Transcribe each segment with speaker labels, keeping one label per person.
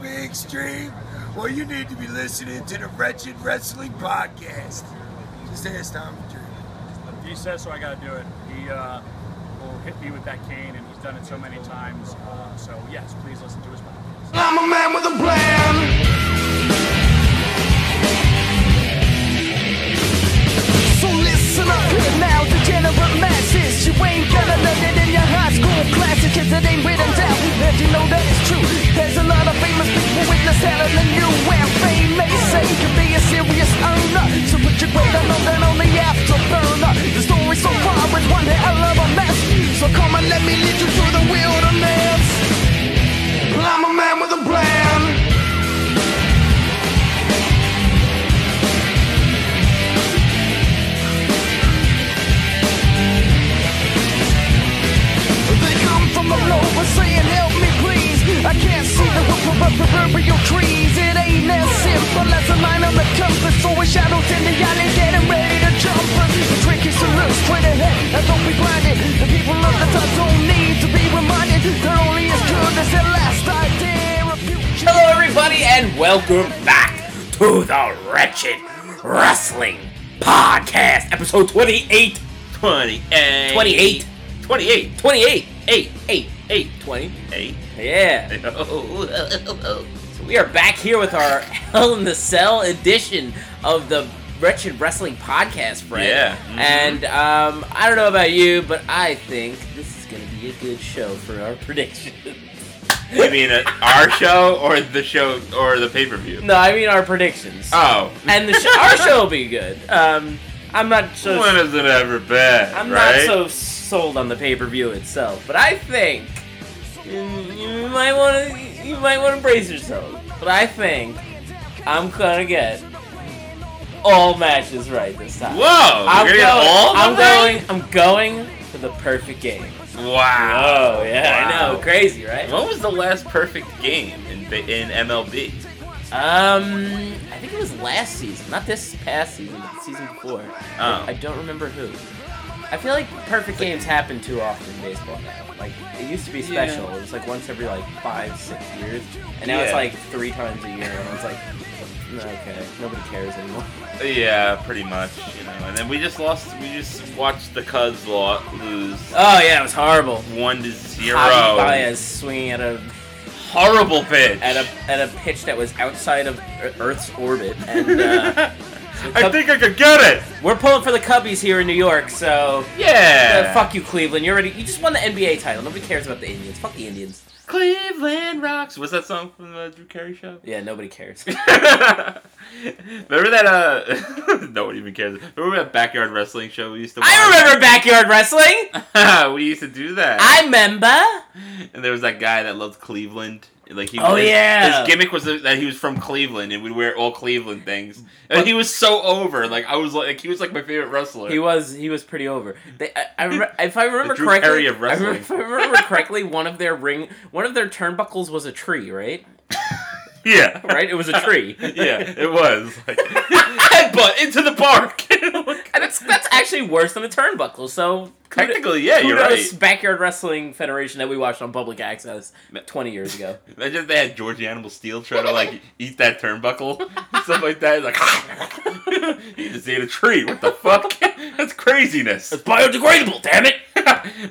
Speaker 1: extreme? Well, you need to be listening to the Wretched Wrestling Podcast. Just ask Tom Dreamer.
Speaker 2: He says so, I gotta do it. He uh, will hit me with that cane, and he's done it so many times. Uh, so yes, please listen to his podcast.
Speaker 3: I'm a man with a plan.
Speaker 4: So listen up now, degenerate masses. You ain't gonna learn it in your high school classes, cause it ain't written down. And you know that it's true. There's a lot of famous people witness hell in the new where fame may say you can be a serious earner. So put your weight on them on the afterburner. The story so far is one hell of a mess. So come and let me lead you through the wilderness.
Speaker 3: Well, I'm a man with a plan.
Speaker 4: They come from all over saying, help me please. I can't see the roof above the burial trees. It ain't as simple as a line on the compass. Always shadows in the alley getting ready to jump us. The trick is to look straight ahead and don't be blinded. The people of the top don't need to be reminded. They're only as good as their last idea of future.
Speaker 5: Hello, everybody, and welcome back to the Wretched Wrestling Podcast, episode 28.
Speaker 6: 28.
Speaker 5: 28.
Speaker 6: 28.
Speaker 5: 28. 8. 8. 8. 20.
Speaker 6: 28.
Speaker 5: Yeah.
Speaker 6: Oh.
Speaker 5: So we are back here with our Hell in the Cell edition of the Wretched Wrestling Podcast, Fred.
Speaker 6: Yeah.
Speaker 5: And um, I don't know about you, but I think this is going to be a good show for our predictions.
Speaker 6: You mean uh, our show or the show or the pay per view?
Speaker 5: No, I mean our predictions.
Speaker 6: Oh.
Speaker 5: and the sh- our show will be good. Um, I'm not so.
Speaker 6: when is it ever bad?
Speaker 5: I'm
Speaker 6: right?
Speaker 5: not so sold on the pay-per-view itself, but I think mm, you might want to you might want to brace yourself. But I think I'm gonna get all matches right this time.
Speaker 6: Whoa.
Speaker 5: I'm
Speaker 6: you're
Speaker 5: going.
Speaker 6: gonna get all of
Speaker 5: I'm
Speaker 6: them right?
Speaker 5: going. I'm going for the perfect game.
Speaker 6: Wow.
Speaker 5: Oh yeah, I
Speaker 6: Wow.
Speaker 5: know. Crazy, right?
Speaker 6: When was the last perfect game in ba- in MLB?
Speaker 5: Um, I think it was last season, not this past season, but the season before.
Speaker 6: Oh.
Speaker 5: I don't remember who. I feel like perfect games happen too often in baseball now. Like it used to be special. It was like once every like five, six years, and now it's
Speaker 6: Yeah.
Speaker 5: like three times a year. And it's like, "No, okay, nobody cares anymore.
Speaker 6: Yeah, pretty much. You know, and then we just lost. We just watched the Cubs lo- lose
Speaker 5: Oh yeah, it was horrible.
Speaker 6: one to zero.
Speaker 5: Javi Baez swinging at a
Speaker 6: Horrible pitch.
Speaker 5: at a at a pitch that was outside of Ear- Earth's orbit, and uh,
Speaker 6: I think I could get it.
Speaker 5: we're pulling for the Cubbies here in New York. So
Speaker 6: Yeah.
Speaker 5: Uh, fuck you, Cleveland. You already you just won the NBA title. Nobody cares about the Indians. Fuck the Indians.
Speaker 6: Cleveland rocks. Was that song from the Drew Carey show?
Speaker 5: Yeah, nobody cares.
Speaker 6: remember that? Uh, no one even cares. Remember that backyard wrestling show we used to? Watch?
Speaker 5: I remember backyard wrestling.
Speaker 6: remember. we used to do that.
Speaker 5: I remember.
Speaker 6: and there was that guy that loved Cleveland. Like he.
Speaker 5: Oh,
Speaker 6: his-
Speaker 5: yeah.
Speaker 6: His gimmick was that he was from Cleveland and would wear all Cleveland things. And he was so over. Like I was like he was like my favorite wrestler.
Speaker 5: He was he was pretty over. They, I, I remember, if I remember
Speaker 6: Drew
Speaker 5: correctly,
Speaker 6: Carey of
Speaker 5: I remember-
Speaker 6: wrestling.
Speaker 5: if I remember correctly, one of their ring one of their turnbuckles was a tree, right?
Speaker 6: yeah.
Speaker 5: Right, it was a tree.
Speaker 6: yeah, it was. Like, headbutt into the park. Like,
Speaker 5: And that's that's actually worse than a turnbuckle. So kudo-
Speaker 6: Technically, yeah, you're
Speaker 5: kudos
Speaker 6: right.
Speaker 5: Backyard wrestling federation that we watched on public access twenty years ago.
Speaker 6: Imagine if they had George the Animal Steel try to like eat that turnbuckle, stuff like that. Like he just ate a tree. What the fuck? That's craziness.
Speaker 5: It's biodegradable, damn it!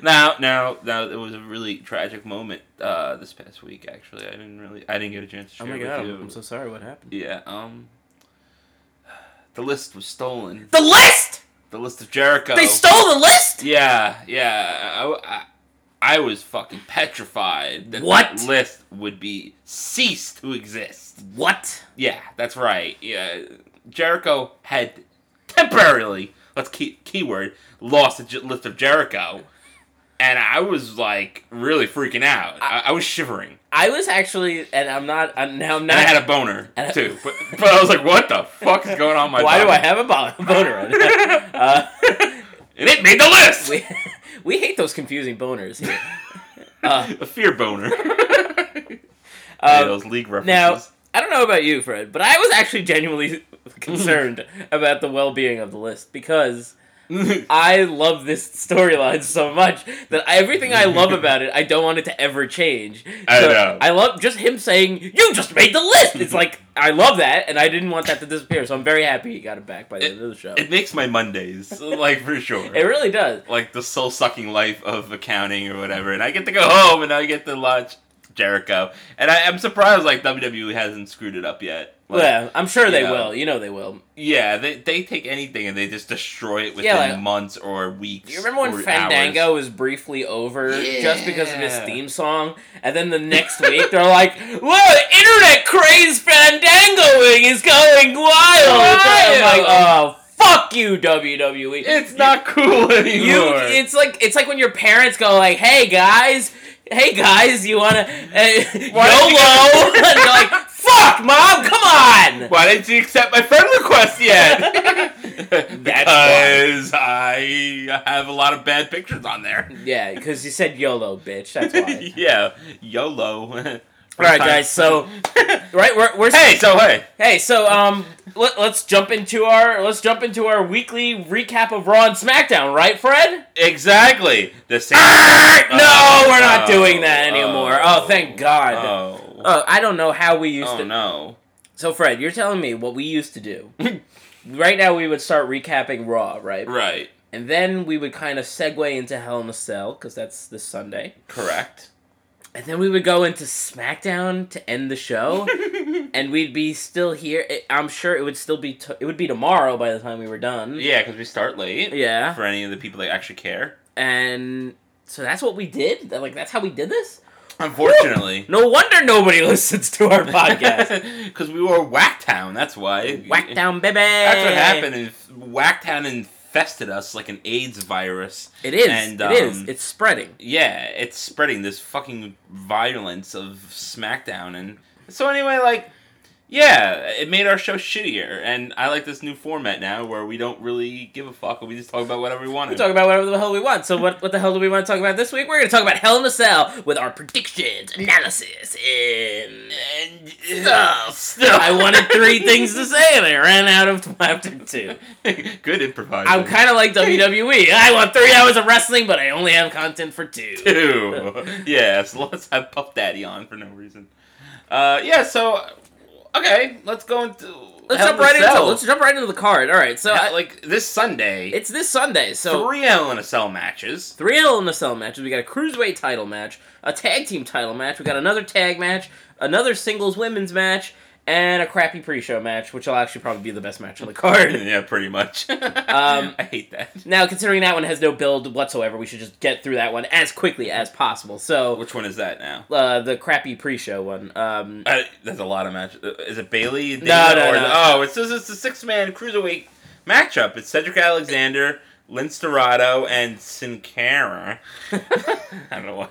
Speaker 6: now, now, now, it was a really tragic moment uh, this past week. Actually, I didn't really, I didn't get a chance to
Speaker 5: Oh
Speaker 6: share
Speaker 5: my
Speaker 6: with
Speaker 5: god,
Speaker 6: you.
Speaker 5: I'm so sorry. What happened?
Speaker 6: yeah, um, the list was stolen.
Speaker 5: The list?
Speaker 6: The list of Jericho.
Speaker 5: They stole the list?
Speaker 6: Yeah, yeah. I, I, I was fucking petrified that
Speaker 5: What?
Speaker 6: that list would be cease to exist.
Speaker 5: What?
Speaker 6: Yeah, that's right. Yeah, Jericho had temporarily, let's keep keyword, lost the J- list of Jericho, and I was like really freaking out. I, I was shivering,
Speaker 5: I was actually, and I'm not. I'm, now I'm
Speaker 6: and
Speaker 5: not.
Speaker 6: I had a boner
Speaker 5: And I-
Speaker 6: too. But, but I was like, "What the fuck is going on?" in My
Speaker 5: why do I
Speaker 6: body?
Speaker 5: have a bo- boner? On it? uh,
Speaker 6: And it made the list.
Speaker 5: we, we hate those confusing boners here. Uh,
Speaker 6: a fear boner. yeah,
Speaker 5: um,
Speaker 6: those league references.
Speaker 5: now, I don't know about you, Fred, but I was actually genuinely concerned about the well-being of the list because I love this storyline so much that everything I love about it, I don't want it to ever change.
Speaker 6: I
Speaker 5: So
Speaker 6: know.
Speaker 5: I love just him saying, "You just made the list." It's like I love that, and I didn't want that to disappear. So I'm very happy he got it back by the end of the show.
Speaker 6: It
Speaker 5: It,
Speaker 6: makes my Mondays, like for sure.
Speaker 5: really does.
Speaker 6: like the soul sucking life of accounting or whatever, and I get to go home and I get to watch Jericho, and I, I'm surprised like WWE hasn't screwed it up yet. Like,
Speaker 5: yeah, I'm sure they
Speaker 6: you know.
Speaker 5: will. You know they will.
Speaker 6: yeah, they they take anything and they just destroy it within
Speaker 5: Yeah, like-
Speaker 6: months or weeks.
Speaker 5: You remember when
Speaker 6: or
Speaker 5: Fandango
Speaker 6: hours.
Speaker 5: was briefly over just because of his
Speaker 6: Yeah.
Speaker 5: theme song, and then the next week they're like, "Well, internet craze Fandangoing is going wild." I'm like, "Oh, fuck you, WWE."
Speaker 6: It's not cool anymore.
Speaker 5: you. It's like it's like when your parents go like, "Hey guys, hey guys, you wanna uh, YOLO?"
Speaker 6: don't you-
Speaker 5: and you're like, "Fuck, mom, come on."
Speaker 6: Why didn't you accept my friend request yet?
Speaker 5: That's
Speaker 6: because I have a lot of bad pictures on there.
Speaker 5: Yeah, because you said YOLO, bitch. That's why.
Speaker 6: yeah, YOLO. All
Speaker 5: All right, guys. So, right, we're we're
Speaker 6: hey, so hey,
Speaker 5: Hey, so um, let, let's jump into our let's jump into our weekly recap of Raw and SmackDown, right, Fred?
Speaker 6: exactly the same.
Speaker 5: Ah, no, we're not doing that anymore. Oh, thank God.
Speaker 6: Oh,
Speaker 5: Oh, I don't know how we used
Speaker 6: Oh,
Speaker 5: to.
Speaker 6: no.
Speaker 5: So, Fred, you're telling me what we used to do. right now, we would start recapping Raw, right?
Speaker 6: Right,
Speaker 5: And then we would kind of segue into Hell in a Cell because that's this Sunday,
Speaker 6: correct.
Speaker 5: and then we would go into SmackDown to end the show, and we'd be still here. It, I'm sure it would still be t- it would be tomorrow by the time we were done.
Speaker 6: Yeah, because we start late.
Speaker 5: Yeah.
Speaker 6: for any of the people that actually care.
Speaker 5: and so that's what we did. That- Like that's how we did this.
Speaker 6: Unfortunately,
Speaker 5: No wonder nobody listens to our podcast.
Speaker 6: because we were Whacktown. That's why
Speaker 5: Whack down, baby.
Speaker 6: That's what happened. If Whacktown infested us like an AIDS virus.
Speaker 5: It is.
Speaker 6: And,
Speaker 5: it is.
Speaker 6: um,
Speaker 5: It's spreading.
Speaker 6: Yeah, it's spreading this fucking violence of SmackDown, and so anyway, like, yeah, it made our show shittier, and I like this new format now where we don't really give a fuck, and we just talk about whatever we want.
Speaker 5: We talk about whatever the hell we want. So what? What the hell do we want to talk about this week? We're gonna talk about Hell in a Cell with our predictions, analysis, and.
Speaker 6: and
Speaker 5: Stuff. I wanted three things to say, and I ran out of after two.
Speaker 6: good improvising.
Speaker 5: I'm kind of like WWE. I want three hours of wrestling, but I only have content for two.
Speaker 6: Ew. yeah, so let's have Puff Daddy on for no reason. Uh, yeah, so okay, let's go into
Speaker 5: Let's
Speaker 6: Hell
Speaker 5: jump
Speaker 6: in a
Speaker 5: right into
Speaker 6: Cell.
Speaker 5: let's jump right into the card. All right, so
Speaker 6: Yeah,
Speaker 5: I,
Speaker 6: like this Sunday,
Speaker 5: It's this Sunday, so
Speaker 6: three Hell in a Cell matches.
Speaker 5: three Hell in a Cell matches. We got a cruiserweight title match, a tag team title match. We got another tag match, another singles women's match, and a crappy pre-show match, which will actually probably be the best match on the card.
Speaker 6: yeah, pretty much.
Speaker 5: Um,
Speaker 6: I hate that.
Speaker 5: now, considering that one has no build whatsoever, we should just get through that one as quickly as possible. So,
Speaker 6: Which one is that now?
Speaker 5: uh, the crappy pre-show one. Um,
Speaker 6: Uh, that's a lot of matches. Is it Bailey? and
Speaker 5: No,
Speaker 6: Dana,
Speaker 5: no,
Speaker 6: or
Speaker 5: no.
Speaker 6: the- oh, it's it's a six man cruiserweight matchup. It's Cedric Alexander, Lince Dorado, and Sin Cara. I don't know why.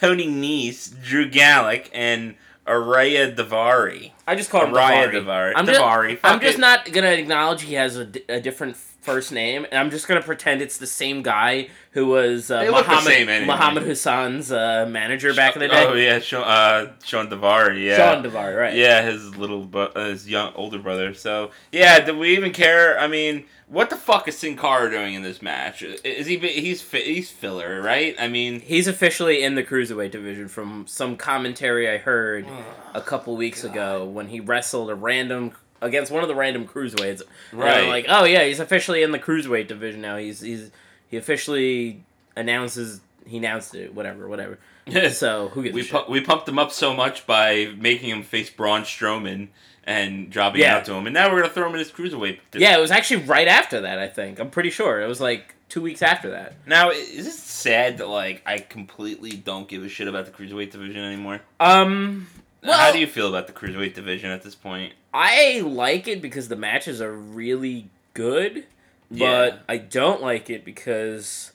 Speaker 6: Tony Nese, Drew Gallic, and Araya Davari.
Speaker 5: I just call him
Speaker 6: Raya
Speaker 5: Davari.
Speaker 6: Davari.
Speaker 5: I'm just,
Speaker 6: Davari,
Speaker 5: I'm
Speaker 6: fuck
Speaker 5: just
Speaker 6: it.
Speaker 5: not gonna acknowledge he has a, di- a different first name, and I'm just gonna pretend it's the same guy who was uh,
Speaker 6: They look the
Speaker 5: Muhammad,
Speaker 6: same anyway.
Speaker 5: Muhammad Hassan's uh, manager back in the day.
Speaker 6: Oh yeah, Sean, uh, Sean Davari. Yeah.
Speaker 5: Sean Davari, right?
Speaker 6: Yeah, his little, bu- uh, his young older brother. So yeah, do we even care? I mean, what the fuck is Sin Cara doing in this match? Is he? He's fi- he's filler, right? I mean,
Speaker 5: He's officially in the cruiserweight division from some commentary I heard a couple weeks ago when he wrestled a random against one of the random cruiserweights. And I'm
Speaker 6: Right.
Speaker 5: like, oh yeah, he's officially in the cruiserweight division now. He's he's he officially announces he announced it, whatever, whatever. so who gives a
Speaker 6: we
Speaker 5: shit?
Speaker 6: pu- we pumped him up so much by making him face Braun Strowman and dropping
Speaker 5: Yeah.
Speaker 6: it out to him, and now we're gonna throw him in his cruiserweight. div-
Speaker 5: Yeah, it was actually right after that, I think. I'm pretty sure. It was like two weeks after that.
Speaker 6: Now, i- is it sad that like I completely don't give a shit about the cruiserweight division anymore?
Speaker 5: Um
Speaker 6: How
Speaker 5: well,
Speaker 6: do you feel about the cruiserweight division at this point?
Speaker 5: I like it because the matches are really good, but
Speaker 6: Yeah.
Speaker 5: I don't like it because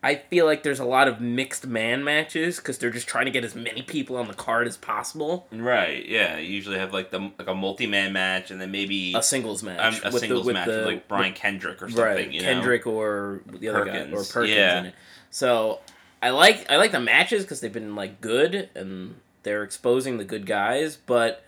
Speaker 5: I feel like there's a lot of mixed man matches because they're just trying to get as many people on the card as possible.
Speaker 6: Right. Yeah. You usually have like the like a multi man match, and then maybe
Speaker 5: A singles match.
Speaker 6: um, a
Speaker 5: with the-
Speaker 6: singles
Speaker 5: with
Speaker 6: match
Speaker 5: the-
Speaker 6: with like Brian Kendrick or
Speaker 5: with-
Speaker 6: something.
Speaker 5: right,
Speaker 6: you know?
Speaker 5: Kendrick or the other guy, or
Speaker 6: Perkins,
Speaker 5: Perkins
Speaker 6: yeah.
Speaker 5: in it. So I like I like the matches because they've been like good and they're exposing the good guys, but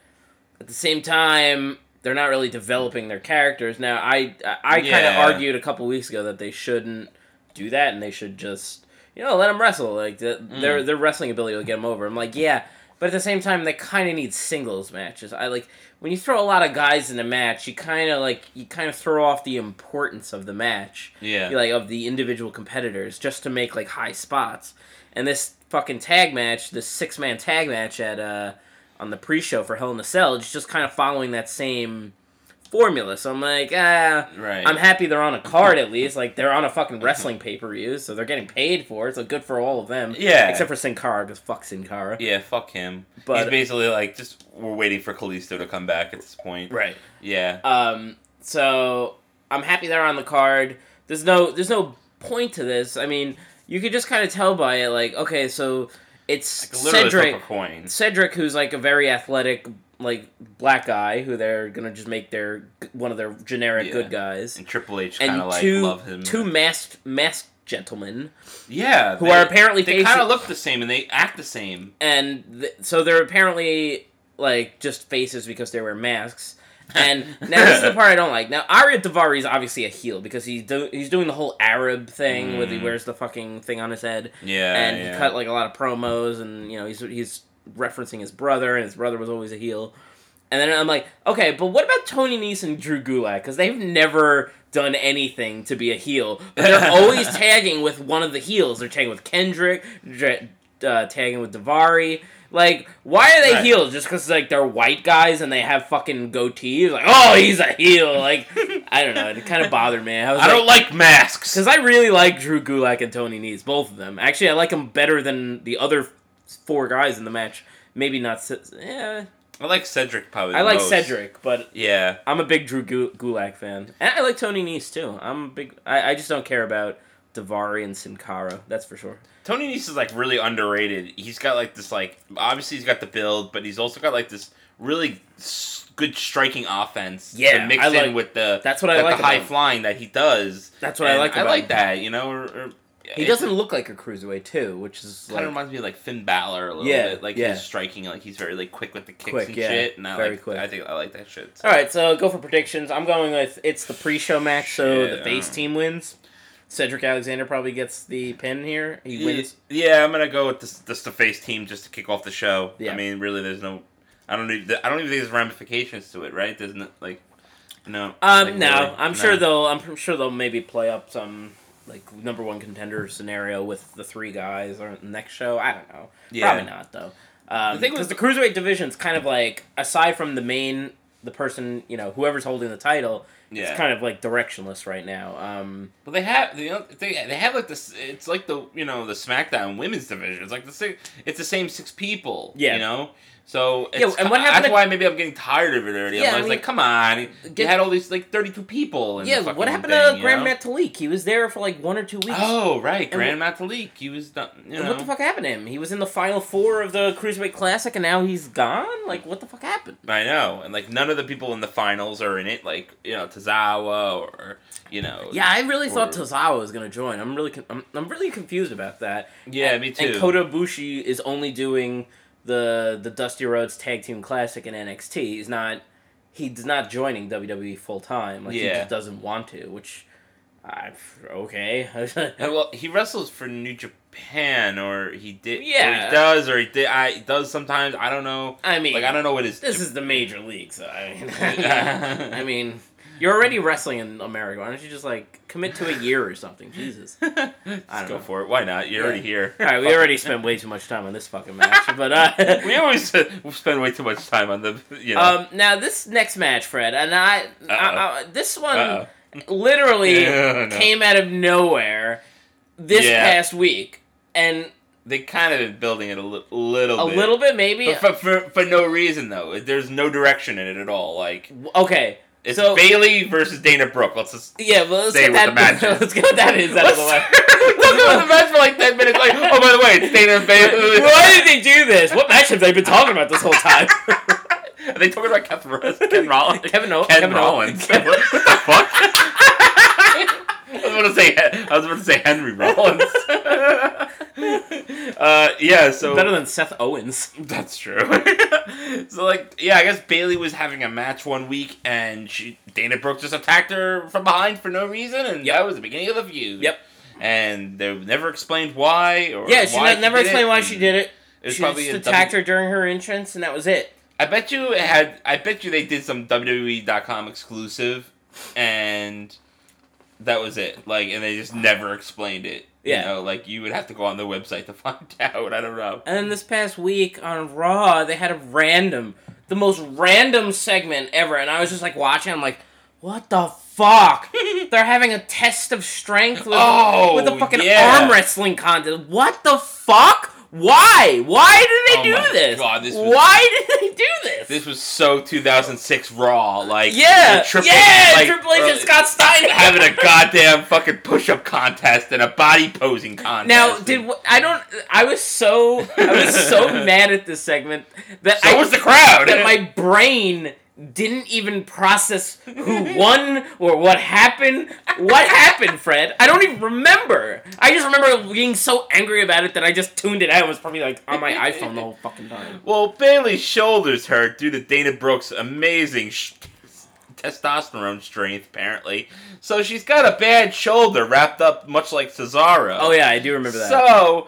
Speaker 5: at the same time, they're not really developing their characters. Now, I I, I kind of
Speaker 6: Yeah.
Speaker 5: argued a couple weeks ago that they shouldn't do that and they should just you know let them wrestle. Like the, their their wrestling ability will get them over. I'm like, yeah, but at the same time, they kind of need singles matches. I like when you throw a lot of guys in a match, you kind of like you kind of throw off the importance of the match.
Speaker 6: Yeah.
Speaker 5: You, like of the individual competitors just to make like high spots. And this fucking tag match, this six man tag match at uh on the pre show for Hell in a Cell, it's just kind of following that same formula. So I'm like, ah,
Speaker 6: Right.
Speaker 5: I'm happy they're on a card at least. Like they're on a fucking wrestling pay per view, so they're getting paid for it. So good for all of them.
Speaker 6: Yeah.
Speaker 5: Except for Sin Cara, because fuck Sin Cara.
Speaker 6: Yeah, fuck him.
Speaker 5: But-
Speaker 6: He's basically like just we're waiting for Kalisto to come back at this point.
Speaker 5: Right.
Speaker 6: Yeah.
Speaker 5: Um, so I'm happy they're on the card. There's no there's no point to this. I mean, you could just kind of tell by it, like, okay, so it's
Speaker 6: Literally flip
Speaker 5: Cedric.
Speaker 6: a coin.
Speaker 5: Cedric, who's like a very athletic, like black guy, who they're gonna just make their one of their generic
Speaker 6: Yeah.
Speaker 5: good guys,
Speaker 6: And Triple H kind
Speaker 5: and
Speaker 6: of like
Speaker 5: two
Speaker 6: love him.
Speaker 5: two masked masked gentlemen,
Speaker 6: yeah,
Speaker 5: who are apparently
Speaker 6: they kind
Speaker 5: facing-
Speaker 6: of look the same and they act the same.
Speaker 5: and th- so they're apparently like just faces because they wear masks. And now this is the part I don't like. Now Arya Davari is obviously a heel because he's do- he's doing the whole Arab thing where he
Speaker 6: Mm.
Speaker 5: wears the fucking thing on his head.
Speaker 6: Yeah,
Speaker 5: and
Speaker 6: yeah.
Speaker 5: he cut like a lot of promos, and you know he's he's referencing his brother, and his brother was always a heel. And then I'm like, okay, but what about Tony Nese and Drew Gulak? Because they've never done anything to be a heel. But they're always tagging with one of the heels. They're tagging with Kendrick, dra- uh, tagging with Davari. Like, why are they
Speaker 6: Right.
Speaker 5: heels? Just because like they're white guys and they have fucking goatees? Like, oh, he's a heel. Like, I don't know. It kind of bothered me. I was
Speaker 6: I
Speaker 5: like,
Speaker 6: don't like masks.
Speaker 5: because I really like Drew Gulak and Tony Nese, both of them. Actually, I like them better than the other four guys in the match. Maybe not. Si- yeah,
Speaker 6: I like Cedric probably.
Speaker 5: I
Speaker 6: the
Speaker 5: like
Speaker 6: most.
Speaker 5: Cedric, but
Speaker 6: Yeah.
Speaker 5: I'm a big Drew Gu- Gulak fan, and I like Tony Nese too. I'm a big. I, I just don't care about Davari and Sin Cara. That's for sure.
Speaker 6: Tony Nese is like really underrated. He's got like this like obviously he's got the build, but he's also got like this really s- good striking offense.
Speaker 5: Yeah,
Speaker 6: to mix
Speaker 5: I
Speaker 6: in
Speaker 5: like-
Speaker 6: with the
Speaker 5: that's what I
Speaker 6: the-
Speaker 5: like
Speaker 6: the
Speaker 5: about
Speaker 6: high
Speaker 5: him.
Speaker 6: flying that he does.
Speaker 5: That's what I
Speaker 6: And
Speaker 5: like
Speaker 6: I
Speaker 5: about
Speaker 6: like
Speaker 5: him.
Speaker 6: that. You know, or, or,
Speaker 5: He doesn't look like a cruiserweight too, which is
Speaker 6: Kind
Speaker 5: like
Speaker 6: of reminds me of like Finn Balor a little
Speaker 5: Yeah,
Speaker 6: bit, like
Speaker 5: yeah.
Speaker 6: his striking, like he's very like quick with the kicks
Speaker 5: Quick,
Speaker 6: and
Speaker 5: yeah,
Speaker 6: shit. And I
Speaker 5: very
Speaker 6: like,
Speaker 5: quick.
Speaker 6: I think I like that shit. So.
Speaker 5: All right, so go for predictions. I'm going with it's the pre-show match, so
Speaker 6: Shit,
Speaker 5: the face
Speaker 6: uh.
Speaker 5: team wins. Cedric Alexander probably gets the pin here. He wins.
Speaker 6: Yeah, I'm gonna go with this, this the face team just to kick off the show.
Speaker 5: Yeah.
Speaker 6: I mean, really, there's no, I don't even, I don't even think there's ramifications to it, right? There's no like, no.
Speaker 5: Um,
Speaker 6: like,
Speaker 5: no,
Speaker 6: really,
Speaker 5: I'm
Speaker 6: no.
Speaker 5: sure they'll. I'm sure they'll maybe play up some like number one contender scenario with the three guys or next show. I don't know.
Speaker 6: Yeah.
Speaker 5: Probably not though. Um,
Speaker 6: The thing
Speaker 5: because
Speaker 6: was-
Speaker 5: the cruiserweight division's kind of like aside from the main, the person you know, whoever's holding the title,
Speaker 6: Yeah.
Speaker 5: it's kind of like directionless right now. Um,
Speaker 6: But they have, you know, they they have like this. It's like the you know the SmackDown Women's Division. It's like the same. It's the same six people.
Speaker 5: Yeah.
Speaker 6: You know. So it's,
Speaker 5: Yeah, and what
Speaker 6: ki-
Speaker 5: happened
Speaker 6: That's
Speaker 5: to-
Speaker 6: why maybe I'm getting tired of it already.
Speaker 5: Yeah,
Speaker 6: I'm
Speaker 5: I
Speaker 6: always
Speaker 5: mean-
Speaker 6: like, come on, you
Speaker 5: Get-
Speaker 6: had all these like 32 people. In the
Speaker 5: yeah,
Speaker 6: fucking
Speaker 5: what happened
Speaker 6: thing,
Speaker 5: to
Speaker 6: you
Speaker 5: Grand
Speaker 6: know?
Speaker 5: Matt Talik? He was there for like one or two weeks.
Speaker 6: Oh right,
Speaker 5: And
Speaker 6: Grand Metalik. He was done. You
Speaker 5: And
Speaker 6: know.
Speaker 5: What the fuck happened to him? He was in the final four of the Cruiserweight Classic, and now he's gone. Like, what the fuck happened?
Speaker 6: I know, and like none of the people in the finals are in it, like you know Tazawa or you know.
Speaker 5: Yeah, I really thought
Speaker 6: or-
Speaker 5: Tozawa was gonna join. I'm really, con- I'm, I'm really confused about that.
Speaker 6: Yeah,
Speaker 5: and,
Speaker 6: me
Speaker 5: And
Speaker 6: too.
Speaker 5: Kota Ibushi is only doing the the Dusty Rhodes Tag Team Classic in NXT. He's not, he's not joining WWE full time. Like he
Speaker 6: Yeah.
Speaker 5: just doesn't want to. Which, I okay.
Speaker 6: Uh, Well, he wrestles for New Japan, or he did. or
Speaker 5: Yeah.
Speaker 6: he does, or he did. I he does sometimes. I don't know.
Speaker 5: I mean,
Speaker 6: like I don't know what his.
Speaker 5: This is the major league, so I mean, I mean, you're already wrestling in America. Why don't you just like commit to a year or something? Jesus. All
Speaker 6: Let's
Speaker 5: don't
Speaker 6: go
Speaker 5: know.
Speaker 6: for it. Why not? You're already
Speaker 5: Yeah.
Speaker 6: here.
Speaker 5: right, we already spent way too much time on this fucking match, but uh,
Speaker 6: We always uh, spend way too much time on the. You know.
Speaker 5: Um, now this next match, Fred, and I, I, I this one
Speaker 6: Uh-oh.
Speaker 5: literally
Speaker 6: Yeah, I know.
Speaker 5: came out of nowhere this
Speaker 6: Yeah.
Speaker 5: past week, and
Speaker 6: they kind of been building it a li- little.
Speaker 5: a
Speaker 6: bit.
Speaker 5: little bit maybe.
Speaker 6: But for, for, for no reason though. There's no direction in it at all. Like
Speaker 5: Okay,
Speaker 6: it's
Speaker 5: so
Speaker 6: Bailey versus Dana Brooke. Let's just
Speaker 5: yeah, well, let's
Speaker 6: Stay
Speaker 5: get
Speaker 6: with the
Speaker 5: that.
Speaker 6: match.
Speaker 5: let's get that is out of the way.
Speaker 6: Let's go with the match for like ten minutes. Like, oh, by the way, it's Dana and Bailey.
Speaker 5: Why did they do this? What match have they been talking about this whole time?
Speaker 6: Are they talking about Kevin Rollins? Ken Rollins.
Speaker 5: Kevin O-
Speaker 6: Ken
Speaker 5: Kevin O-
Speaker 6: Rollins. what the fuck? I was about to say. I was about to say Henry Rollins. Uh, yeah, so
Speaker 5: Better than Seth Owens.
Speaker 6: That's true. so like, yeah, I guess Bailey was having a match one week, and she Dana Brooke just attacked her from behind for no reason, and that was the beginning of the feud.
Speaker 5: Yep.
Speaker 6: And they never explained why, or
Speaker 5: Yeah, she
Speaker 6: why
Speaker 5: ne- never
Speaker 6: did
Speaker 5: explained why
Speaker 6: and
Speaker 5: she did it.
Speaker 6: It was
Speaker 5: she
Speaker 6: probably
Speaker 5: just
Speaker 6: a
Speaker 5: attacked
Speaker 6: W-
Speaker 5: her during her entrance, and that was it.
Speaker 6: I bet you it had. I bet you they did some WWE.com exclusive, and that was it. Like, and they just never explained it.
Speaker 5: Yeah.
Speaker 6: You know, like you would have to go on the website to find out. I don't know.
Speaker 5: And then this past week on Raw, they had a random, the most random segment ever, and I was just like watching. I'm like, what the fuck? They're having a test of strength with,
Speaker 6: Oh,
Speaker 5: with a fucking
Speaker 6: yeah.
Speaker 5: arm wrestling contest. What the fuck? Why? Why did
Speaker 6: Oh
Speaker 5: they
Speaker 6: my
Speaker 5: do this?
Speaker 6: God, this was-
Speaker 5: Why did they do this?
Speaker 6: This was so 2006 Raw, like
Speaker 5: yeah,
Speaker 6: the Triple-
Speaker 5: yeah,
Speaker 6: like,
Speaker 5: Triple H and
Speaker 6: uh,
Speaker 5: Scott Steiner
Speaker 6: having a goddamn fucking push-up contest and a body posing contest.
Speaker 5: Now, did wh- I don't? I was so I was so mad at this segment that
Speaker 6: so
Speaker 5: I
Speaker 6: was the crowd?
Speaker 5: that my brain didn't even process who won or what happened. What happened, Fred? I don't even remember. I just remember being so angry about it that I just tuned it out. I was probably like on my iPhone the whole fucking time.
Speaker 6: well, Bailey's shoulders hurt due to Dana Brooks' amazing sh- testosterone strength, apparently. So she's got a bad shoulder wrapped up, much like Cesaro.
Speaker 5: Oh yeah, I do remember that.
Speaker 6: So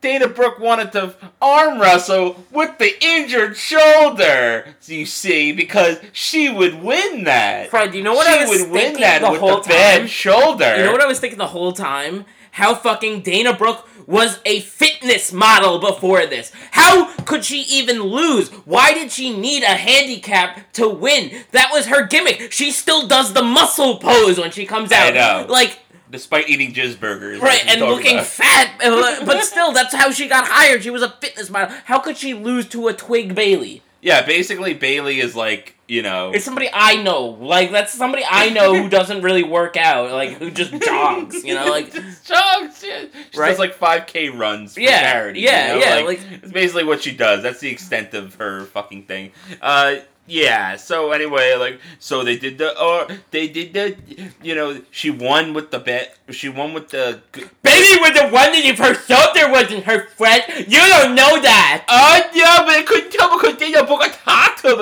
Speaker 6: Dana Brooke wanted to arm wrestle with the injured shoulder. You see, because she would win that.
Speaker 5: Fred, you know what
Speaker 6: she
Speaker 5: I was
Speaker 6: would win
Speaker 5: thinking
Speaker 6: that
Speaker 5: the
Speaker 6: with
Speaker 5: whole
Speaker 6: the bad
Speaker 5: time?
Speaker 6: shoulder.
Speaker 5: You know what I was thinking the whole time? How fucking Dana Brooke was a fitness model before this. How could she even lose? Why did she need a handicap to win? That was her gimmick. She still does the muscle pose when she comes
Speaker 6: I
Speaker 5: out.
Speaker 6: know.
Speaker 5: Like
Speaker 6: Despite eating jizz burgers,
Speaker 5: right and looking
Speaker 6: About.
Speaker 5: fat, uh, but still that's how she got hired. She was a fitness model. How could she lose to a twig Bailey?
Speaker 6: Yeah, basically Bailey is like you know.
Speaker 5: It's somebody I know. Like that's somebody I know who doesn't really work out, like who just jogs, you know, like
Speaker 6: Just jogs, yeah. She
Speaker 5: Right.
Speaker 6: does like 5k runs for
Speaker 5: Yeah,
Speaker 6: charity.
Speaker 5: yeah,
Speaker 6: you know?
Speaker 5: yeah,
Speaker 6: Like,
Speaker 5: like-
Speaker 6: it's basically what she does. That's the extent of her fucking thing. Uh, yeah. So anyway, like, so they did the, or they did the, you know, she won with the bet. She won with the. g-
Speaker 5: Baby was the one that if her shoulder wasn't her friend, you don't know that.
Speaker 6: Oh yeah, but I couldn't tell because Dana Brooke attacked her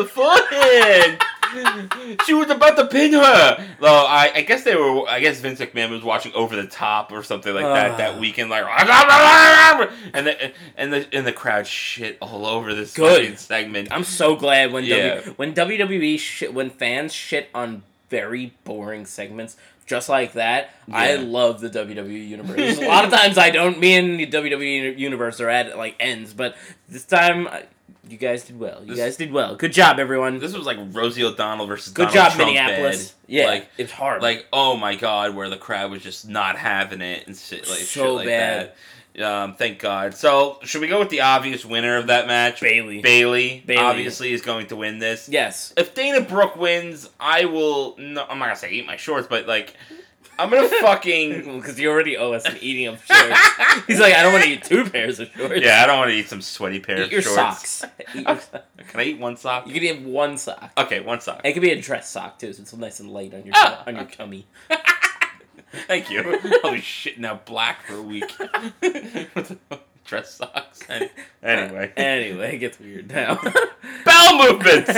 Speaker 6: beforehand. she was about to pin her. Well, I, I guess they were. I guess Vince McMahon was watching Over the Top or something like that
Speaker 5: Ah.
Speaker 6: that weekend. Like, "Ah, blah, blah, blah, blah," and the and the and the crowd shit all over this
Speaker 5: Good.
Speaker 6: fucking segment.
Speaker 5: I'm so glad when
Speaker 6: Yeah.
Speaker 5: w, when WWE shit when fans shit on very boring segments just like that. I
Speaker 6: Yeah.
Speaker 5: love the WWE universe. a lot of times I don't. Me and the WWE universe are at like ends, but this time I, you guys did well. You
Speaker 6: This-
Speaker 5: guys did well. Good job, everyone.
Speaker 6: This was like Rosie O'Donnell versus
Speaker 5: Good
Speaker 6: Donald
Speaker 5: job,
Speaker 6: Trump
Speaker 5: Minneapolis.
Speaker 6: bad.
Speaker 5: Yeah,
Speaker 6: like
Speaker 5: it's hard.
Speaker 6: like oh my god, where the crowd was just not having it and shit like
Speaker 5: So
Speaker 6: shit like
Speaker 5: bad.
Speaker 6: that. Um, thank God. So should we go with the obvious winner of that match?
Speaker 5: Bailey.
Speaker 6: Bailey,
Speaker 5: Bailey.
Speaker 6: obviously is going to win this.
Speaker 5: yes.
Speaker 6: If Dana Brooke wins, I will. No, I'm not gonna say eat my shorts, but like, I'm gonna fucking.
Speaker 5: Because you already owe us an eating of shorts. He's like, I don't want to eat two pairs of shorts.
Speaker 6: Yeah, I don't want to eat some sweaty pair
Speaker 5: Eat
Speaker 6: of
Speaker 5: your
Speaker 6: shorts.
Speaker 5: socks. Eat your socks.
Speaker 6: Can I eat one sock?
Speaker 5: You can have one sock.
Speaker 6: Okay, one sock.
Speaker 5: It could be a dress sock too, so it's nice and light on your
Speaker 6: Ah,
Speaker 5: on your
Speaker 6: okay.
Speaker 5: tummy.
Speaker 6: Thank you. I'll be shitting out black for a week. Dress socks. Any- Anyway.
Speaker 5: Anyway, it gets weird now.
Speaker 6: Bowel movements!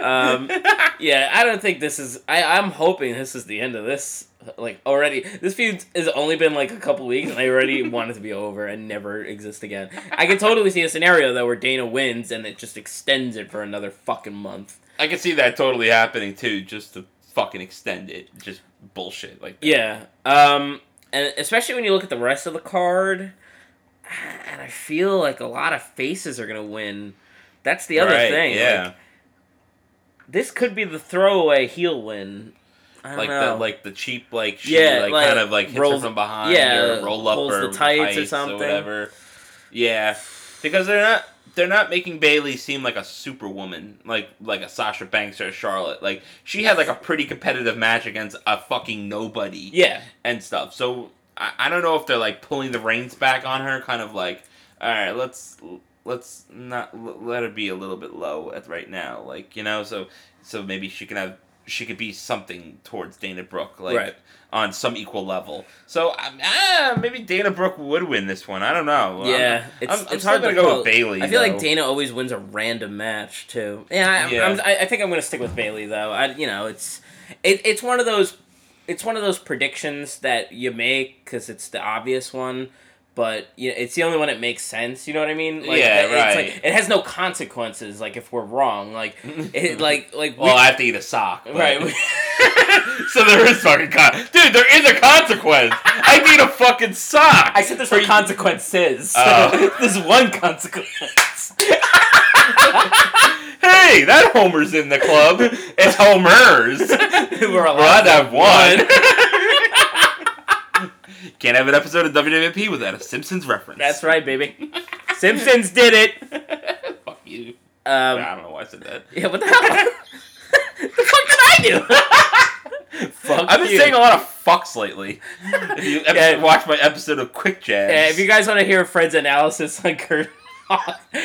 Speaker 5: um, yeah, I don't think this is. I I'm hoping this is the end of this. Like already, this feud has only been like a couple weeks, and I already want it to be over and never exist again. I can totally see a scenario though where Dana wins and it just extends it for another fucking month.
Speaker 6: I can see that totally happening too, just to fucking extend it. Just bullshit like that.
Speaker 5: Yeah. Um and especially when you look at the rest of the card and I feel like a lot of faces are going to win. That's the other
Speaker 6: Right,
Speaker 5: thing.
Speaker 6: Yeah.
Speaker 5: like, this could be the throwaway heel win. I don't
Speaker 6: like
Speaker 5: know.
Speaker 6: the like the cheap like she
Speaker 5: Yeah,
Speaker 6: like,
Speaker 5: like,
Speaker 6: kind of like hits
Speaker 5: rolls-
Speaker 6: her from behind
Speaker 5: yeah,
Speaker 6: or roll up
Speaker 5: pulls
Speaker 6: or
Speaker 5: the
Speaker 6: with
Speaker 5: tights or
Speaker 6: or
Speaker 5: something.
Speaker 6: whatever. Yeah, because they're not they're not making Bailey seem like a superwoman like like a Sasha Banks or a Charlotte. Like she had like a pretty competitive match against a fucking nobody.
Speaker 5: Yeah.
Speaker 6: and stuff. So I, I don't know if they're like pulling the reins back on her, kind of like all right, let's let's not l- let her be a little bit low at right now, like you know. So so maybe she can have she could be something towards Dana Brooke, like
Speaker 5: Right.
Speaker 6: on some equal level. So um, ah, maybe Dana Brooke would win this one. I don't know. Um,
Speaker 5: yeah,
Speaker 6: I'm,
Speaker 5: it's,
Speaker 6: I'm, I'm
Speaker 5: it's
Speaker 6: still
Speaker 5: hard
Speaker 6: gonna
Speaker 5: to
Speaker 6: go
Speaker 5: call.
Speaker 6: with Bailey.
Speaker 5: I feel like
Speaker 6: though.
Speaker 5: Dana always wins a random match too. Yeah, I,
Speaker 6: Yeah.
Speaker 5: I'm, I, I think I'm gonna stick with Bailey though. I, you know, it's it, it's one of those it's one of those predictions that you make because it's the obvious one, but you know, it's the only one that makes sense. You know what I mean? Like,
Speaker 6: Yeah,
Speaker 5: it- it's like-
Speaker 6: right.
Speaker 5: it has no consequences. Like if we're wrong, like it, like like we-
Speaker 6: Well, I have to eat a sock. but-
Speaker 5: right. we-
Speaker 6: so there is fucking con- dude. There is a consequence. I need a fucking sock.
Speaker 5: I said there's no
Speaker 6: Or you-
Speaker 5: consequences.
Speaker 6: Oh.
Speaker 5: there's one consequence.
Speaker 6: Hey, that Homer's in the club. It's Homer's.
Speaker 5: We're
Speaker 6: We're allowed
Speaker 5: allowed
Speaker 6: to have one. Can't have an episode of WWP without a Simpsons reference.
Speaker 5: That's right, baby. Simpsons did it.
Speaker 6: Fuck you. I
Speaker 5: Um,
Speaker 6: don't know why I said that.
Speaker 5: yeah, what the hell? the fuck did I do? Fuck
Speaker 6: I've been
Speaker 5: you.
Speaker 6: saying a lot of fucks lately. If you ever
Speaker 5: Yeah.
Speaker 6: watch my episode of Quick Jazz,
Speaker 5: Yeah, if you guys want to hear Fred's analysis on Kurt,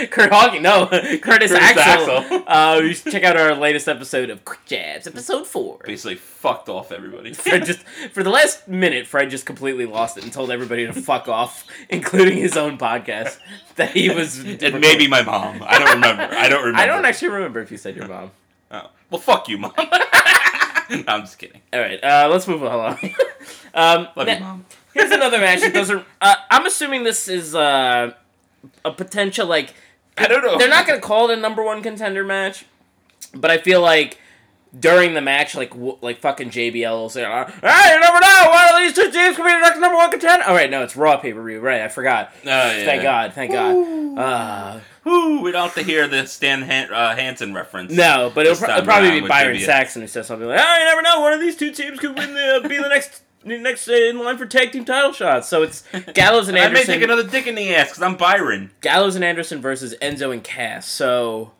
Speaker 5: Kurt Hawking, no, Curtis,
Speaker 6: Curtis
Speaker 5: Axel,
Speaker 6: Axel.
Speaker 5: uh, you should check out our latest episode of Quick Jabs, episode four.
Speaker 6: basically fucked off everybody.
Speaker 5: Fred just for the last minute, Fred just completely lost it and told everybody to fuck off, including his own podcast that he was.
Speaker 6: and maybe my mom. I don't remember. I don't remember.
Speaker 5: I don't actually remember if you said your mom.
Speaker 6: Oh. Well, fuck you, mom. No, I'm just kidding.
Speaker 5: All right, uh, let's move along. um,
Speaker 6: Love
Speaker 5: ne-
Speaker 6: you, mom.
Speaker 5: Here's another match that doesn't. Uh, I'm assuming this is uh, a potential like
Speaker 6: I don't know.
Speaker 5: they're not gonna call it a number one contender match, but I feel like during the match, like w- like fucking JBL will say, "Ah, "Hey, you never know. One of these two teams could be the next number one contender." All right, no, it's Raw pay per view. Right, I forgot.
Speaker 6: Oh, yeah.
Speaker 5: Thank God. Thank God. Uh,
Speaker 6: Woo, we don't have to hear the Stan Han- uh, Hansen reference.
Speaker 5: no, but it'll,
Speaker 6: This
Speaker 5: pro-
Speaker 6: time
Speaker 5: it'll probably
Speaker 6: around
Speaker 5: be
Speaker 6: with
Speaker 5: Byron
Speaker 6: JBL.
Speaker 5: Saxon who says something like, "Oh, you never know. One of these two teams could win the uh, be the next." the Next uh, in line for tag team title shots, so it's Gallows and
Speaker 6: I may
Speaker 5: Anderson.
Speaker 6: take another dick in the ass because I'm Byron.
Speaker 5: Gallows and Anderson versus Enzo and Cass. So,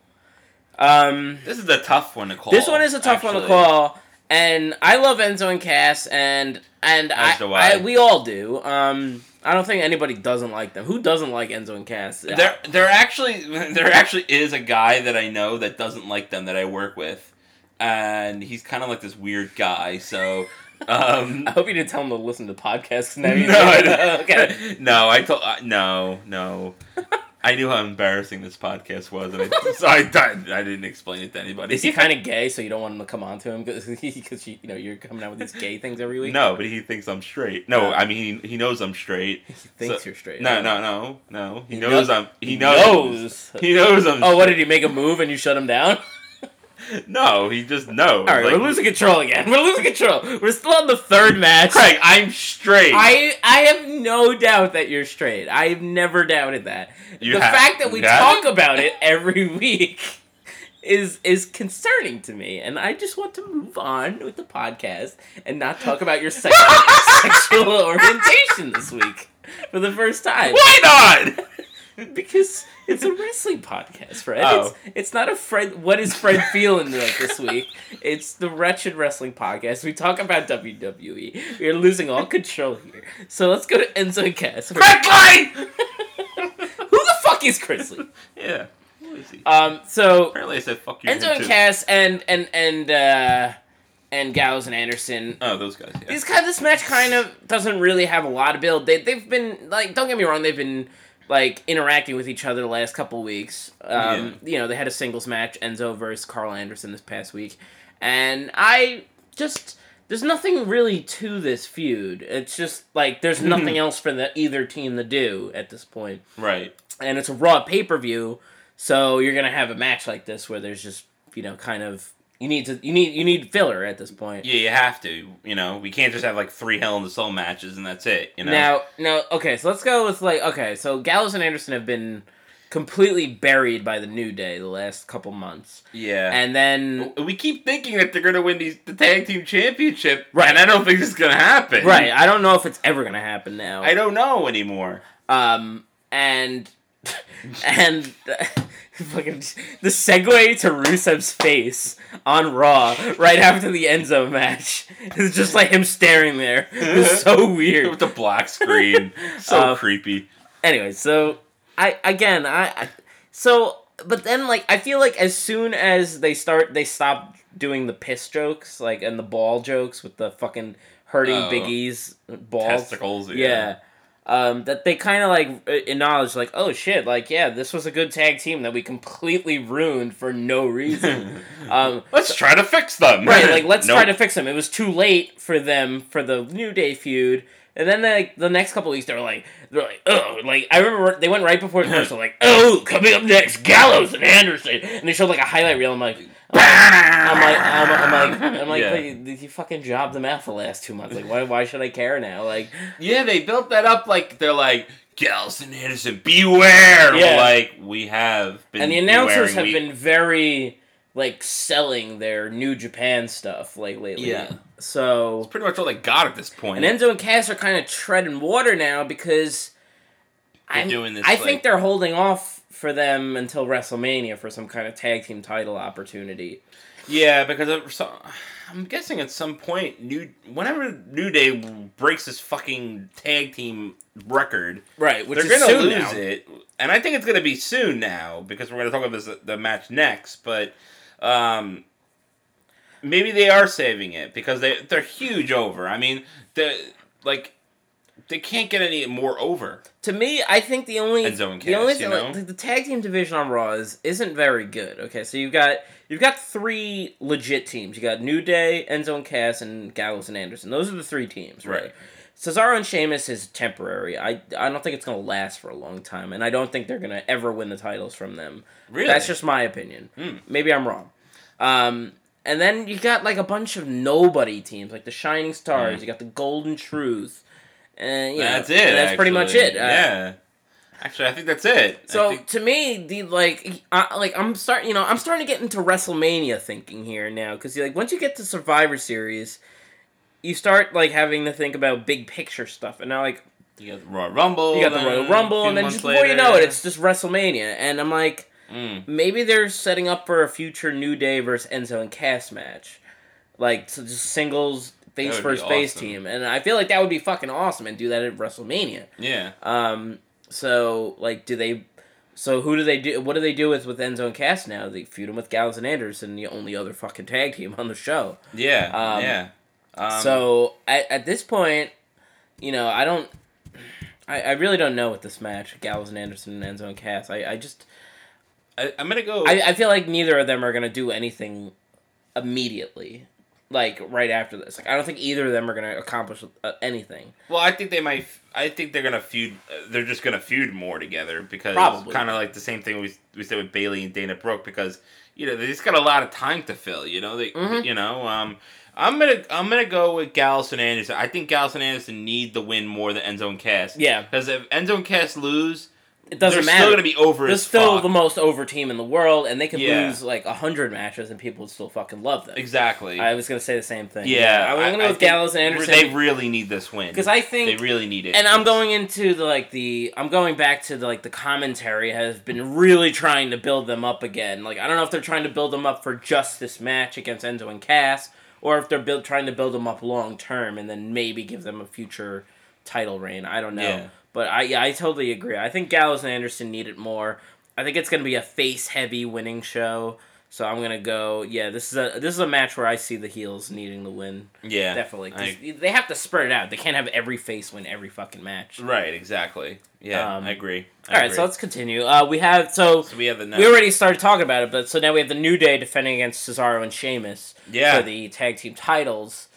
Speaker 5: um,
Speaker 6: This is a tough one to call.
Speaker 5: this one is a tough one to
Speaker 6: actually.
Speaker 5: call, and I love Enzo and Cass, and and I,
Speaker 6: As do I.
Speaker 5: I- we all do. Um, I don't think anybody doesn't like them. Who doesn't like Enzo and Cass?
Speaker 6: There, there actually, there actually is a guy that I know that doesn't like them that I work with, and he's kind of like this weird guy. So, um,
Speaker 5: I hope you didn't tell them to listen to podcasts. Now you
Speaker 6: no, I
Speaker 5: okay.
Speaker 6: no, I told, uh, no, no, I knew how embarrassing this podcast was, and I, so I, I, I didn't explain it to anybody.
Speaker 5: Is he kind of gay, so you don't want him to come on to him because you know you're coming out with these gay things every week?
Speaker 6: No, but he thinks I'm straight. No, I mean he, he knows I'm straight. He
Speaker 5: thinks you're straight.
Speaker 6: No, no, no, no. He,
Speaker 5: He kno-
Speaker 6: knows I'm. He
Speaker 5: he
Speaker 6: knows.
Speaker 5: knows.
Speaker 6: He knows I'm.
Speaker 5: Oh, what did he make a move and you shut him down?
Speaker 6: No, he just knows.
Speaker 5: All right,
Speaker 6: Like,
Speaker 5: we're losing control again. We're losing control. We're still on the third match.
Speaker 6: Craig, I'm straight.
Speaker 5: I I have no doubt that you're straight. I've never doubted that.
Speaker 6: You
Speaker 5: the
Speaker 6: have-
Speaker 5: fact that we
Speaker 6: you have?
Speaker 5: talk about it every week is is concerning to me, and I just want to move on with the podcast and not talk about your sex- sexual orientation this week for the first time
Speaker 6: Why not?
Speaker 5: because it's a wrestling podcast, Fred.
Speaker 6: Oh.
Speaker 5: It's, it's not a Fred. What is Fred feeling like this week? It's the Wretched Wrestling Podcast. We talk about WWE. We are losing all control here. So let's go to Enzo and Cass.
Speaker 6: Craig line.
Speaker 5: Who the fuck is Chris Lee?
Speaker 6: Yeah. Who is he?
Speaker 5: Um. So
Speaker 6: Apparently, I said fuck you.
Speaker 5: Enzo and
Speaker 6: too.
Speaker 5: Cass and and and uh, and Gallows and Anderson
Speaker 6: Oh, those guys. Yeah.
Speaker 5: These kind this match kind of doesn't really have a lot of build. They they've been like don't get me wrong, they've been like interacting with each other the last couple weeks. Um, You know they had a singles match Enzo versus Carl Anderson this past week, and I just there's nothing really to this feud. It's just like there's nothing else for the either team to do at this point,
Speaker 6: Right.
Speaker 5: and it's a raw pay per view, so you're gonna have a match like this where there's just you know kind of. You need to you need you need filler at this point.
Speaker 6: Yeah, you have to. You know, we can't just have like three Hell in the Soul matches and that's it. You know.
Speaker 5: Now, now, okay, so let's go with like, okay, so Gallows and Anderson have been completely buried by the New Day the last couple months,
Speaker 6: yeah.
Speaker 5: and then
Speaker 6: we keep thinking that they're gonna win these, the tag team championship,
Speaker 5: Right.
Speaker 6: and I don't think this is gonna happen.
Speaker 5: right, I don't know if it's ever gonna happen now.
Speaker 6: I don't know anymore.
Speaker 5: um, and and fucking the segue to Rusev's face on Raw right after the Enzo match is just like him staring there. It's so weird.
Speaker 6: With the black screen, so
Speaker 5: Uh,
Speaker 6: creepy.
Speaker 5: anyway, so I again I, I so but then like I feel like as soon as they start, they stop doing the piss jokes, like and the ball jokes with the fucking hurting
Speaker 6: Oh.
Speaker 5: Biggie's balls.
Speaker 6: Testicles, yeah.
Speaker 5: Yeah. Um, that they kind of like a- acknowledge, like, oh shit, like, yeah, this was a good tag team that we completely ruined for no reason. um,
Speaker 6: Let's try to fix them.
Speaker 5: right, like, let's try to
Speaker 6: Nope.
Speaker 5: fix them. It was too late for them for the New Day feud. And then, like, the next couple weeks, they were like, they're like, oh, like, I remember they went right before the first, like, oh, coming up next, Gallows and Anderson. And they showed, like, a highlight reel. I'm like, I'm like, I'm, I'm like, I'm like,
Speaker 6: Yeah.
Speaker 5: but you, you fucking jobbed them out for the last two months. Like, why, why should I care now? Like,
Speaker 6: Yeah, they built that up like they're like Gals and Anderson, beware. We're
Speaker 5: Yeah.
Speaker 6: Like we have been
Speaker 5: and the announcers
Speaker 6: beware,
Speaker 5: have
Speaker 6: we-
Speaker 5: been very like selling their New Japan stuff like lately.
Speaker 6: Yeah.
Speaker 5: So
Speaker 6: pretty much all they got at this point.
Speaker 5: and Enzo and Cass are kind of treading water now because I'm-
Speaker 6: doing this,
Speaker 5: I
Speaker 6: like-
Speaker 5: think they're holding off for them until WrestleMania for some kind of tag team title opportunity.
Speaker 6: yeah, because of so, I'm guessing at some point new whenever New Day breaks this fucking tag team record,
Speaker 5: Right, which
Speaker 6: they're
Speaker 5: is
Speaker 6: gonna
Speaker 5: soon
Speaker 6: lose
Speaker 5: now.
Speaker 6: it, and I think it's gonna be soon now because we're gonna talk about this, the match next. But um, maybe they are saving it because they they're huge over. I mean, the like they can't get any more over.
Speaker 5: To me, I think the only
Speaker 6: Enzo and
Speaker 5: the only
Speaker 6: Cass,
Speaker 5: thing
Speaker 6: you
Speaker 5: like,
Speaker 6: know?
Speaker 5: the tag team division on Raw is isn't very good. Okay, so you've got you've got three legit teams. You got New Day, Enzo and Cass, and Gallows and Anderson. Those are the three teams, right?
Speaker 6: Right.
Speaker 5: Cesaro and Sheamus is temporary. I I don't think it's gonna last for a long time, and I don't think they're gonna ever win the titles from them.
Speaker 6: Really? Hmm.
Speaker 5: That's just my opinion. Maybe I'm wrong. Um, and then you got like a bunch of nobody teams, like the Shining Stars. You got the Golden Truth. And, you know,
Speaker 6: Mm. that's it.
Speaker 5: and that's pretty much
Speaker 6: actually.
Speaker 5: it. Uh,
Speaker 6: yeah. Actually, I think that's it. I
Speaker 5: so
Speaker 6: think-
Speaker 5: to me, the like, I, like I'm starting, you know, I'm starting to get into WrestleMania thinking here now because like once you get to Survivor Series, you start like having to think about big picture stuff, and now like
Speaker 6: you got the Royal Rumble.
Speaker 5: you got the
Speaker 6: then
Speaker 5: Royal
Speaker 6: a
Speaker 5: Rumble,
Speaker 6: few
Speaker 5: and then
Speaker 6: months
Speaker 5: just before you
Speaker 6: later.
Speaker 5: know it, it's just WrestleMania, and I'm like,
Speaker 6: Mm.
Speaker 5: maybe they're setting up for a future New Day versus Enzo and Cass match, like so just singles face
Speaker 6: would
Speaker 5: versus
Speaker 6: be
Speaker 5: face
Speaker 6: awesome.
Speaker 5: team, and I feel like that would be fucking awesome, and do that at WrestleMania.
Speaker 6: yeah.
Speaker 5: Um, so like, do they? So who do they do? What do they do with with Enzo and Cass now? They feud them with Gallows and Anderson, the only other fucking tag team on the show.
Speaker 6: Yeah.
Speaker 5: um,
Speaker 6: yeah. Um,
Speaker 5: so at, at this point, you know, I don't. I, I really don't know with this match, Gallows and Anderson and Enzo and Cass. I, I just
Speaker 6: I, I'm gonna go.
Speaker 5: I, I feel like neither of them are gonna do anything immediately, like right after this. Like I don't think either of them are gonna accomplish uh, anything.
Speaker 6: Well, I think they might. I think they're gonna feud. uh, They're just gonna feud more together because
Speaker 5: Probably.
Speaker 6: kind of like the same thing we we said with Bailey and Dana Brooke because you know they just got a lot of time to fill. You know they.
Speaker 5: Mm-hmm.
Speaker 6: You know. Um. I'm gonna I'm gonna go with Gallus and Anderson. I think Gallus and Anderson need the win more than Enzo and Cass.
Speaker 5: Yeah.
Speaker 6: Because if Enzo and Cass lose,
Speaker 5: It doesn't
Speaker 6: they're
Speaker 5: matter.
Speaker 6: still gonna be over.
Speaker 5: They're
Speaker 6: as
Speaker 5: still
Speaker 6: fuck.
Speaker 5: the most over team in the world, and they could
Speaker 6: Yeah.
Speaker 5: lose like hundred matches, and people would still fucking love them.
Speaker 6: exactly.
Speaker 5: I was gonna say the same thing.
Speaker 6: yeah,
Speaker 5: I'm gonna go with
Speaker 6: think
Speaker 5: Gallows and Anderson.
Speaker 6: They really need this win
Speaker 5: 'Cause I think-
Speaker 6: they really need it.
Speaker 5: and I'm
Speaker 6: It's-
Speaker 5: going into the like the I'm going back to the like the commentary has been really trying to build them up again. Like I don't know if they're trying to build them up for just this match against Enzo and Cass, or if they're build, trying to build them up long term and then maybe give them a future title reign. I don't know,
Speaker 6: Yeah.
Speaker 5: but I yeah, I totally agree. I think Gallows and Anderson need it more. I think it's gonna be a face heavy winning show. So I'm gonna go. Yeah, this is a this is a match where I see the heels needing the win.
Speaker 6: Yeah,
Speaker 5: Definitely. 'Cause
Speaker 6: I-
Speaker 5: they have to spread it out. They can't have every face win every fucking match.
Speaker 6: Right, exactly. Yeah,
Speaker 5: Um,
Speaker 6: I agree. I
Speaker 5: All right,
Speaker 6: agree.
Speaker 5: so let's continue. Uh, we have so,
Speaker 6: So we have the
Speaker 5: we already started talking about it, but so now we have the New Day defending against Cesaro and Sheamus
Speaker 6: Yeah.
Speaker 5: for the tag team titles.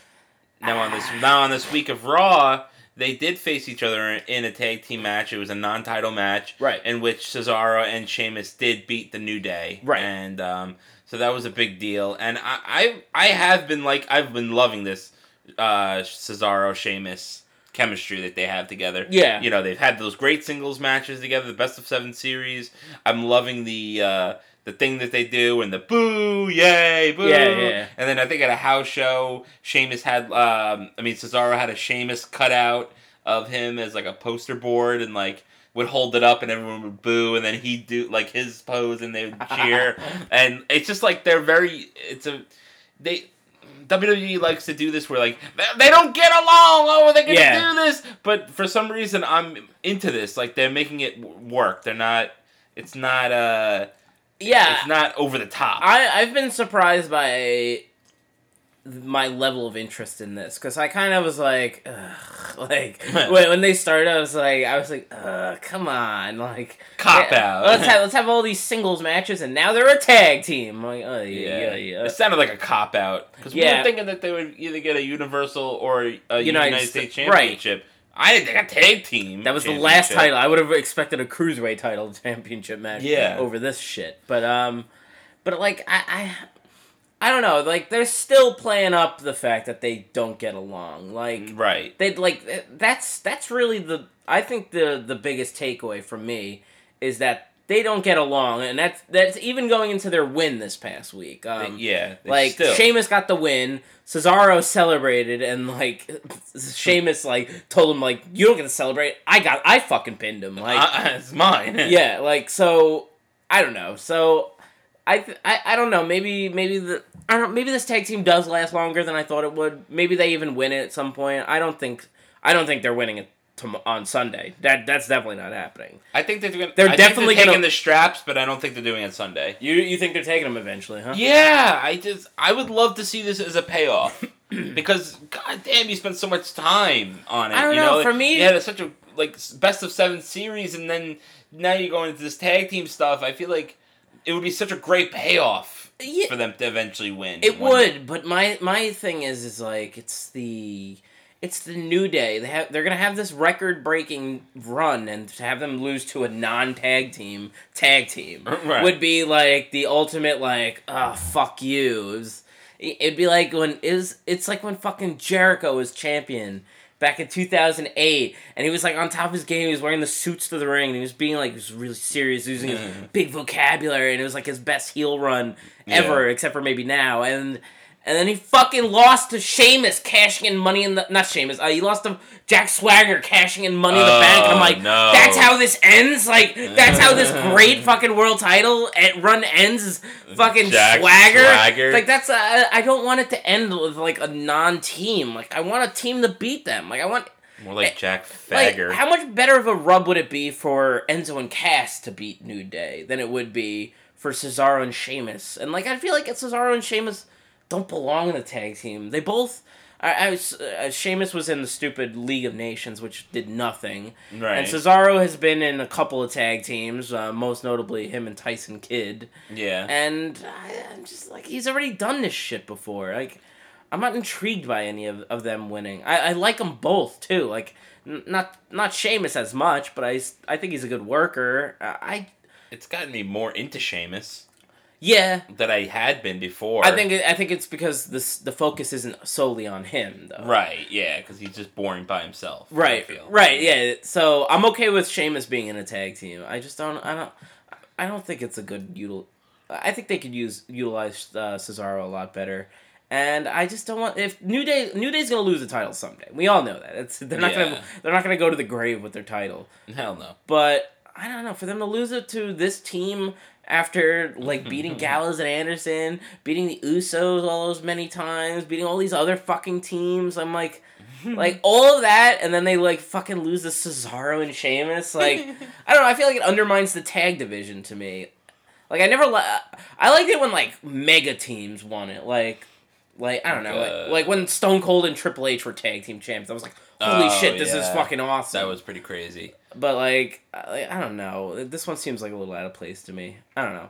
Speaker 6: now on this now on this week of Raw, they did face each other in a tag team match. It was a non-title match,
Speaker 5: Right.
Speaker 6: In which Cesaro and Sheamus did beat the New Day,
Speaker 5: Right.
Speaker 6: And um, so that was a big deal. And I I, I have been like I've been loving this uh, Cesaro Sheamus chemistry that they have together.
Speaker 5: Yeah.
Speaker 6: you know they've had those great singles matches together, the best of seven series. I'm loving the. Uh, the thing that they do and the boo, yay, boo,
Speaker 5: Yeah, yeah, yeah.
Speaker 6: Uh, and then I think at a house show, Sheamus had, um, I mean, Cesaro had a Sheamus cutout of him as like a poster board and like would hold it up and everyone would boo and then he'd do like his pose and they would cheer. and it's just like they're very, it's a, they, WWE likes to do this where like they, they don't get along. Oh, they're gonna
Speaker 5: Yeah.
Speaker 6: do this, but for some reason I'm into this. Like they're making it w- work. They're not. It's not. Uh,
Speaker 5: yeah,
Speaker 6: It's not over the top.
Speaker 5: I I've been surprised by my level of interest in this because I kind of was like, ugh, like when, when they started, I was like, I was like, ugh, come on, like
Speaker 6: Cop
Speaker 5: yeah,
Speaker 6: out.
Speaker 5: Let's have let's have all these singles matches, and now they're a tag team. Like, oh
Speaker 6: yeah.
Speaker 5: yeah, yeah,
Speaker 6: It sounded like a cop out because we
Speaker 5: Yeah.
Speaker 6: were thinking that they would either get a universal or a United, States
Speaker 5: Sta-
Speaker 6: championship. I didn't think a tag team.
Speaker 5: That was the last
Speaker 6: championship.
Speaker 5: title. I would have expected a cruiserweight title championship match
Speaker 6: Yeah.
Speaker 5: over this shit. But um, but like I, I I don't know. Like they're still playing up the fact that they don't get along. Like
Speaker 6: Mm, Right.
Speaker 5: they like th- that's that's really the I think the the biggest takeaway for me is that they don't get along, and that's that's even going into their win this past week. Um,
Speaker 6: yeah. they
Speaker 5: like
Speaker 6: still.
Speaker 5: Sheamus got the win. Cesaro celebrated, and like Sheamus like told him like you don't get to celebrate. I got I fucking pinned him. Like
Speaker 6: Uh, it's mine.
Speaker 5: yeah, like so I don't know. So I, th- I I don't know. Maybe maybe the I don't maybe this tag team does last longer than I thought it would. Maybe they even win it at some point. I don't think I don't think they're winning it tom- on Sunday. That that's definitely not happening.
Speaker 6: I think they're gonna.
Speaker 5: They're
Speaker 6: I think
Speaker 5: definitely
Speaker 6: taking
Speaker 5: gonna-
Speaker 6: the straps, but I don't think they're doing it Sunday.
Speaker 5: You you think they're taking them eventually, huh?
Speaker 6: Yeah, I just I would love to see this as a payoff because goddamn, you spent so much time on it.
Speaker 5: I don't
Speaker 6: you
Speaker 5: know,
Speaker 6: know,
Speaker 5: for me-
Speaker 6: yeah, it's such a like s- best of seven series, and then now you're going into this tag team stuff. I feel like it would be such a great payoff
Speaker 5: Yeah.
Speaker 6: for them to eventually win.
Speaker 5: It
Speaker 6: one day.
Speaker 5: would, but my my thing is is like it's the it's the new day. They have they're gonna have this record breaking run, and to have them lose to a non tag team tag team
Speaker 6: Right.
Speaker 5: would be like the ultimate like ah fuck you. It was- it'd be like when is it's like when fucking Jericho was champion. Back in 2008, and he was like on top of his game. He was wearing the suits to the ring, and he was being like, he was really serious, using his big vocabulary, and it was like his best heel run ever,
Speaker 6: Yeah.
Speaker 5: except for maybe now. And and then he fucking lost to Sheamus cashing in money in the not Sheamus. Uh, he lost to Jack Swagger cashing in money in the
Speaker 6: Oh,
Speaker 5: bank. And I'm like,
Speaker 6: no.
Speaker 5: that's how this ends. Like that's how this great fucking world title at run ends. Is fucking
Speaker 6: Jack
Speaker 5: Swagger.
Speaker 6: Swagger.
Speaker 5: Like that's I I don't want it to end with like a non-team. Like I want a team to beat them. Like I want.
Speaker 6: more like Jack
Speaker 5: Like,
Speaker 6: Fagger.
Speaker 5: how much better of a rub would it be for Enzo and Cass to beat New Day than it would be for Cesaro and Sheamus? And like, I feel like Cesaro and Sheamus don't belong in the tag team. They both. I, I was, uh, Sheamus was in the stupid League of Nations, which did nothing.
Speaker 6: Right.
Speaker 5: And Cesaro has been in a couple of tag teams, uh, most notably him and Tyson Kidd.
Speaker 6: yeah,
Speaker 5: And I, I'm just like, he's already done this shit before. Like, I'm not intrigued by any of, of them winning. I, I like them both too. Like, n- not not Sheamus as much, but I, s- I think he's a good worker. I, I
Speaker 6: it's gotten me more into Sheamus
Speaker 5: yeah.
Speaker 6: than I had been before.
Speaker 5: I think it- I think it's because this the focus isn't solely on him though.
Speaker 6: right, yeah, because he's just boring by himself. I
Speaker 5: Right.
Speaker 6: feel.
Speaker 5: Right. Yeah. So I'm okay with Sheamus being in a tag team. I just don't. I don't. I don't think it's a good util. I think they could use utilize uh, Cesaro a lot better. And I just don't want if New Day New Day's gonna lose the title someday. We all know that. It's they're not
Speaker 6: Yeah.
Speaker 5: gonna they're not gonna go to the grave with their title.
Speaker 6: Hell no.
Speaker 5: But I don't know for them to lose it to this team after like beating Gallows and Anderson, beating the Usos all those many times, beating all these other fucking teams. I'm like, like all of that, and then they like fucking lose to Cesaro and Sheamus. Like I don't know. I feel like it undermines the tag division to me. Like I never li- I liked it when like mega teams won it. Like. Like I don't know, like,
Speaker 6: Uh,
Speaker 5: like when Stone Cold and Triple H were tag team champs, I was like, "Holy
Speaker 6: Oh,
Speaker 5: shit, this is
Speaker 6: yeah.
Speaker 5: fucking awesome!"
Speaker 6: That was pretty crazy.
Speaker 5: But like, I, I don't know. This one seems like a little out of place to me. I don't know.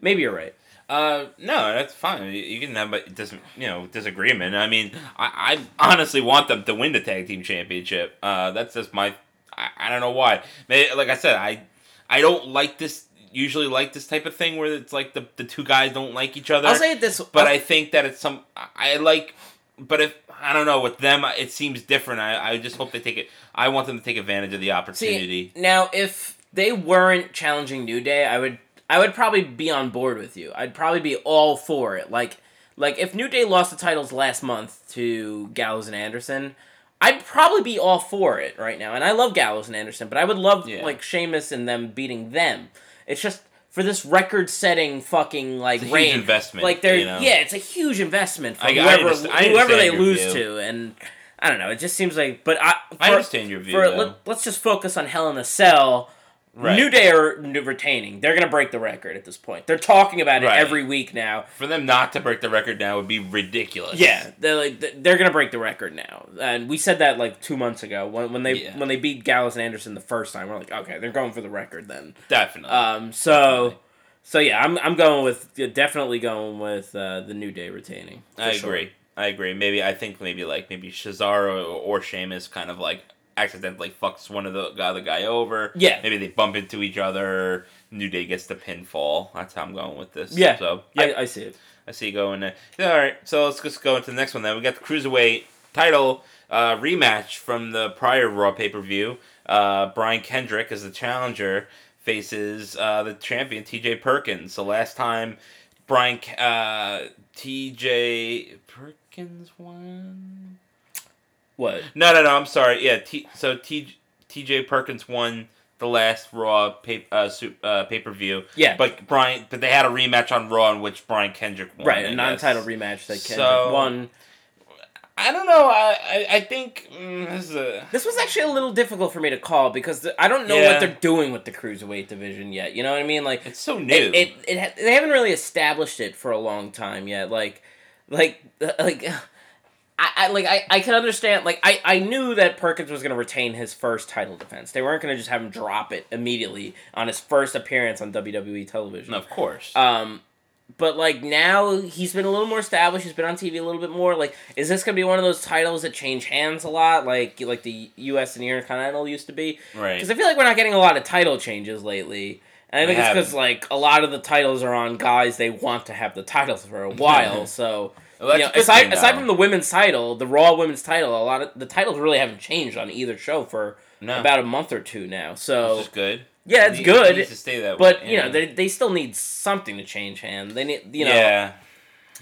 Speaker 5: Maybe you're right.
Speaker 6: Uh, no, that's fine. You- You can have a dis- you know disagreement. I mean, I, I honestly want them to win the tag team championship. Uh, that's just my. I, I don't know why. May like I said, I I don't like this. Usually, like this type of thing where it's like the the two guys don't like each other.
Speaker 5: I'll say it this.
Speaker 6: but
Speaker 5: I'll-
Speaker 6: I think that it's some. I I like, but if I don't know with them, it seems different. I, I just hope they take it. I want them to take advantage of the opportunity.
Speaker 5: see now if they weren't challenging New Day, I would I would probably be on board with you. I'd probably be all for it. Like like if New Day lost the titles last month to Gallows and Anderson. I'd probably be all for it right now, and I love Gallows and Anderson, but I would love
Speaker 6: Yeah.
Speaker 5: like Sheamus and them beating them. It's just for this record-setting fucking like
Speaker 6: a huge
Speaker 5: reign.
Speaker 6: investment,
Speaker 5: Like they're
Speaker 6: you know?
Speaker 5: yeah, it's a huge investment for
Speaker 6: I- I
Speaker 5: whoever
Speaker 6: understand- I
Speaker 5: whoever
Speaker 6: understand
Speaker 5: they
Speaker 6: your
Speaker 5: lose
Speaker 6: view.
Speaker 5: to, and I don't know. It just seems like, but I
Speaker 6: I
Speaker 5: for-
Speaker 6: understand your view.
Speaker 5: for
Speaker 6: though.
Speaker 5: let, us just focus on Hell in a Cell
Speaker 6: Right.
Speaker 5: New Day are n- retaining. They're gonna break the record at this point. They're talking about it
Speaker 6: Right.
Speaker 5: every week now.
Speaker 6: For them not to break the record now would be ridiculous.
Speaker 5: Yeah, they're like th- they're gonna break the record now, and we said that like two months ago when, when they
Speaker 6: Yeah.
Speaker 5: when they beat Gallus and Anderson the first time. We're like, okay, they're going for the record then.
Speaker 6: Definitely.
Speaker 5: Um, so so yeah, I'm I'm going with yeah, definitely going with uh, the New Day retaining. for
Speaker 6: I
Speaker 5: sure.
Speaker 6: agree. I agree. Maybe I think maybe like maybe Cesaro or Sheamus kind of like accidentally fucks one of the other guy over.
Speaker 5: Yeah.
Speaker 6: Maybe they bump into each other. New Day gets the pinfall. That's how I'm going with this.
Speaker 5: Yeah.
Speaker 6: So yeah,
Speaker 5: I, I see it.
Speaker 6: I see you going there. Yeah, all right, so let's just go into the next one then. We got the cruiserweight title uh, rematch from the prior Raw pay per view. Uh, Brian Kendrick as the challenger faces uh, the champion T.J. Perkins. The last time Brian K- uh, T.J. Perkins won.
Speaker 5: What?
Speaker 6: No, no, no. I'm sorry. Yeah. T- so T- T.J. Perkins won the last Raw pay uh, su- uh, pay per view.
Speaker 5: Yeah.
Speaker 6: But Brian, but they had a rematch on Raw in which Brian Kendrick won.
Speaker 5: Right,
Speaker 6: I
Speaker 5: a
Speaker 6: guess.
Speaker 5: non-title rematch that Kendrick
Speaker 6: So-
Speaker 5: won.
Speaker 6: I don't know. I I, I think mm, this is a
Speaker 5: This was actually a little difficult for me to call because the, I don't know
Speaker 6: Yeah.
Speaker 5: what they're doing with the cruiserweight division yet. You know what I mean? Like
Speaker 6: it's so new.
Speaker 5: it, it, it ha- they haven't really established it for a long time yet. Like, like, like, I, I like I, I can understand. Like, I, I knew that Perkins was going to retain his first title defense. They weren't going to just have him drop it immediately on his first appearance on WWE television.
Speaker 6: Mm, of course.
Speaker 5: Um, but like now he's been a little more established. He's been on TV a little bit more. Like, is this gonna be one of those titles that change hands a lot, like like the U.S. and Intercontinental used to be?
Speaker 6: Right.
Speaker 5: Because I feel like we're not getting a lot of title changes lately. And I think
Speaker 6: We
Speaker 5: it's because
Speaker 6: haven't.
Speaker 5: like a lot of the titles are on guys they want to have the titles for a while. so
Speaker 6: Well, that's
Speaker 5: you know,
Speaker 6: a good
Speaker 5: aside
Speaker 6: thing,
Speaker 5: aside
Speaker 6: though.
Speaker 5: from the women's title, the Raw women's title, a lot of the titles really haven't changed on either show for
Speaker 6: No.
Speaker 5: about a month or two now. So
Speaker 6: Which is good.
Speaker 5: yeah,
Speaker 6: It
Speaker 5: it's
Speaker 6: need-
Speaker 5: good,
Speaker 6: it needs to stay that
Speaker 5: but
Speaker 6: way.
Speaker 5: you know, they, they still need something to change hand. They need you know.
Speaker 6: yeah.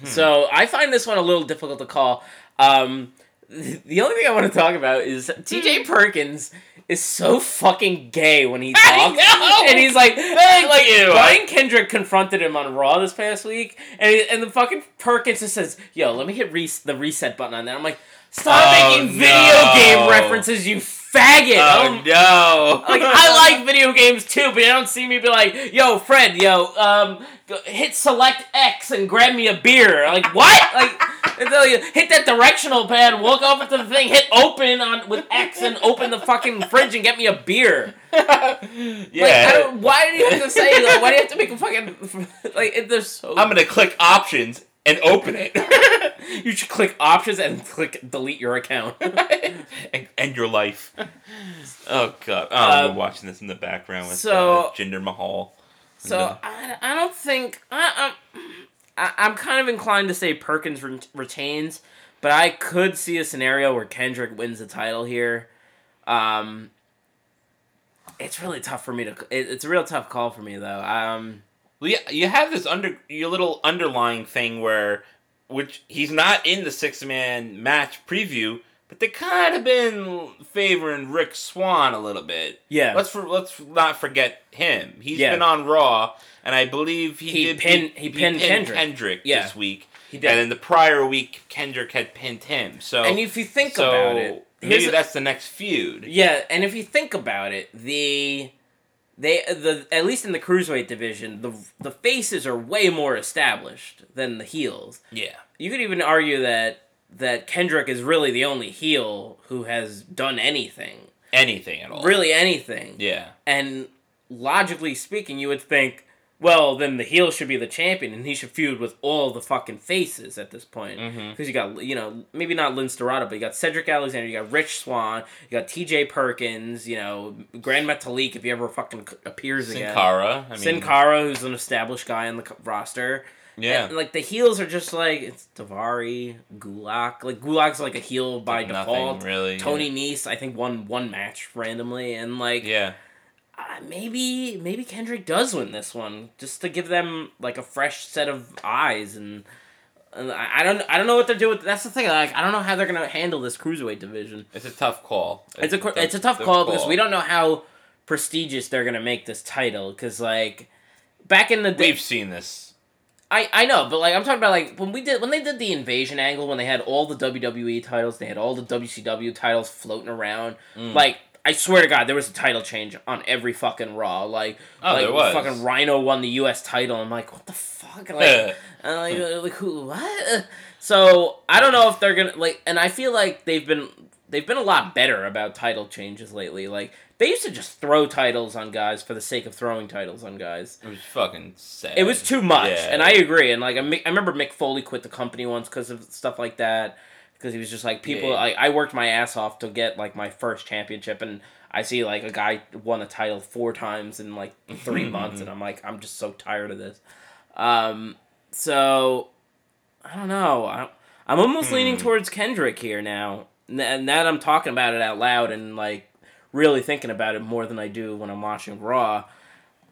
Speaker 5: So
Speaker 6: Hmm.
Speaker 5: I find this one a little difficult to call. Um, th- the only thing I want to talk about is T.J.
Speaker 6: Hmm.
Speaker 5: Perkins is so fucking gay when he talks,
Speaker 6: know!
Speaker 5: and he's like, like
Speaker 6: you.
Speaker 5: Brian Kendrick confronted him on Raw this past week, and he- and the fucking Perkins just says, "Yo, let me hit re- the reset button on that." I'm like, stop
Speaker 6: Oh,
Speaker 5: making
Speaker 6: no.
Speaker 5: video game references, you faggot!
Speaker 6: Oh,
Speaker 5: Oh,
Speaker 6: no!
Speaker 5: like I like video games too, but you don't see me be like, "Yo, Fred, yo, um, go- hit select X and grab me a beer." Like what? like it's like, hit that directional pad, walk over to the thing, hit open on with X, and open the fucking fridge and get me a beer. Like I
Speaker 6: yeah.
Speaker 5: don't, why do you have to say? Like, why do you have to make a fucking like? It, there's so
Speaker 6: I'm gonna click options and open it
Speaker 5: you should click options and click delete your account.
Speaker 6: and end your life. Oh god! Oh,
Speaker 5: Um,
Speaker 6: we're watching this in the background with
Speaker 5: so-
Speaker 6: uh, Jinder Mahal.
Speaker 5: So I, I don't think I, I'm I, I'm kind of inclined to say Perkins re- retains, but I could see a scenario where Kendrick wins the title here. Um, it's really tough for me to. It, it's a real tough call for me though. Um,
Speaker 6: Well, yeah, you have this under your little underlying thing where, which he's not in the six man match preview, but they kind of been favoring Rick Swan a little bit.
Speaker 5: Yeah.
Speaker 6: let's for, let's not forget him. He's
Speaker 5: Yeah.
Speaker 6: been on Raw, and I believe he,
Speaker 5: He
Speaker 6: did
Speaker 5: pinned-
Speaker 6: beat-
Speaker 5: he pinned Kendrick. Yeah.
Speaker 6: this week.
Speaker 5: He did.
Speaker 6: and then the prior week Kendrick had pinned him. So
Speaker 5: and if you think
Speaker 6: so
Speaker 5: about it, here's
Speaker 6: maybe
Speaker 5: a-
Speaker 6: that's the next feud.
Speaker 5: Yeah, and if you think about it, the they the at least in the cruiserweight division, the the faces are way more established than the heels.
Speaker 6: yeah.
Speaker 5: you could even argue that that Kendrick is really the only heel who has done anything,
Speaker 6: anything at all.
Speaker 5: really anything.
Speaker 6: Yeah.
Speaker 5: And logically speaking, you would think, well, then the heel should be the champion, and he should feud with all the fucking faces at this point. Because
Speaker 6: Mm-hmm.
Speaker 5: you got, you know, maybe not Lynn Dorado, but you got Cedric Alexander, you got Rich Swan, you got T.J. Perkins, you know, Grand Metalik if he ever fucking c- appears
Speaker 6: Sin
Speaker 5: again.
Speaker 6: Cara. I mean,
Speaker 5: Sin Cara, who's an established guy on the co- roster.
Speaker 6: Yeah.
Speaker 5: And, like the heels are just like it's Davari, Gulak. Like Gulak's like a heel by
Speaker 6: Like nothing,
Speaker 5: default.
Speaker 6: really,
Speaker 5: Tony Nese, I think won one match randomly, and like
Speaker 6: Yeah.
Speaker 5: uh, maybe maybe Kendrick does win this one just to give them like a fresh set of eyes and. and I I don't. I don't know what they're doing. That's the thing. Like, I don't know how they're gonna handle this cruiserweight division.
Speaker 6: It's a tough call.
Speaker 5: It's a qu- it's a tough call because we don't know how prestigious they're gonna make this title. Because like, back in the day,
Speaker 6: We've seen this.
Speaker 5: I, I know, but like I'm talking about like when we did when they did the invasion E
Speaker 6: Mm.
Speaker 5: angle when they had all the WWE titles, they had all the WCW titles floating around. Like I swear to God, there was a title change on every fucking Raw. Like,
Speaker 6: Oh,
Speaker 5: like
Speaker 6: there was.
Speaker 5: fucking Rhino won the U.S. title. I'm like, what the fuck? Like, and like, uh, like who? What? So I don't know if they're gonna like, and I feel like they've been they've been a lot better about title changes lately. Like they used to just throw titles on guys for the sake of throwing titles on guys.
Speaker 6: It was fucking sad.
Speaker 5: It was too much,
Speaker 6: Yeah.
Speaker 5: and I agree. And like I, mi- I remember Mick Foley quit the company once because of stuff like that. Because he was just like people.
Speaker 6: Yeah.
Speaker 5: Like I worked my ass off to get like my first championship, and I see like a guy won a title four times in like three months, and I'm like, I'm just so tired of this. Um, so I don't know. I, I'm almost
Speaker 6: Hmm.
Speaker 5: leaning towards Kendrick here now, N- and that I'm talking about it out loud and like really thinking about it more than I do when I'm watching Raw.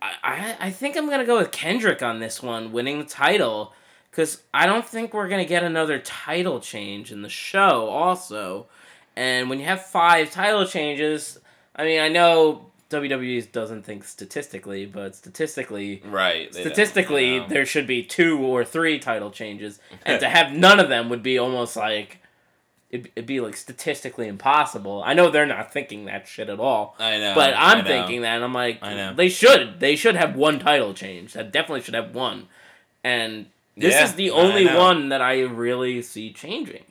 Speaker 5: I, I, I think I'm gonna go with Kendrick on this one, winning the title, because I don't think we're gonna get another title change in the show. Also, and when you have five title changes, I mean, I know WWE doesn't think statistically, but statistically,
Speaker 6: right. they don't,
Speaker 5: statistically,
Speaker 6: you know.
Speaker 5: there should be two or three title changes, and to have none of them would be almost like it'd, it'd be like statistically impossible. I know they're not thinking that shit at all.
Speaker 6: I know,
Speaker 5: but
Speaker 6: I
Speaker 5: I'm
Speaker 6: know.
Speaker 5: thinking that, and I'm like,
Speaker 6: I know.
Speaker 5: they should, they should have one title change. That definitely should have one, and this
Speaker 6: Yeah,
Speaker 5: is the
Speaker 6: I
Speaker 5: only
Speaker 6: know.
Speaker 5: one that I really see changing.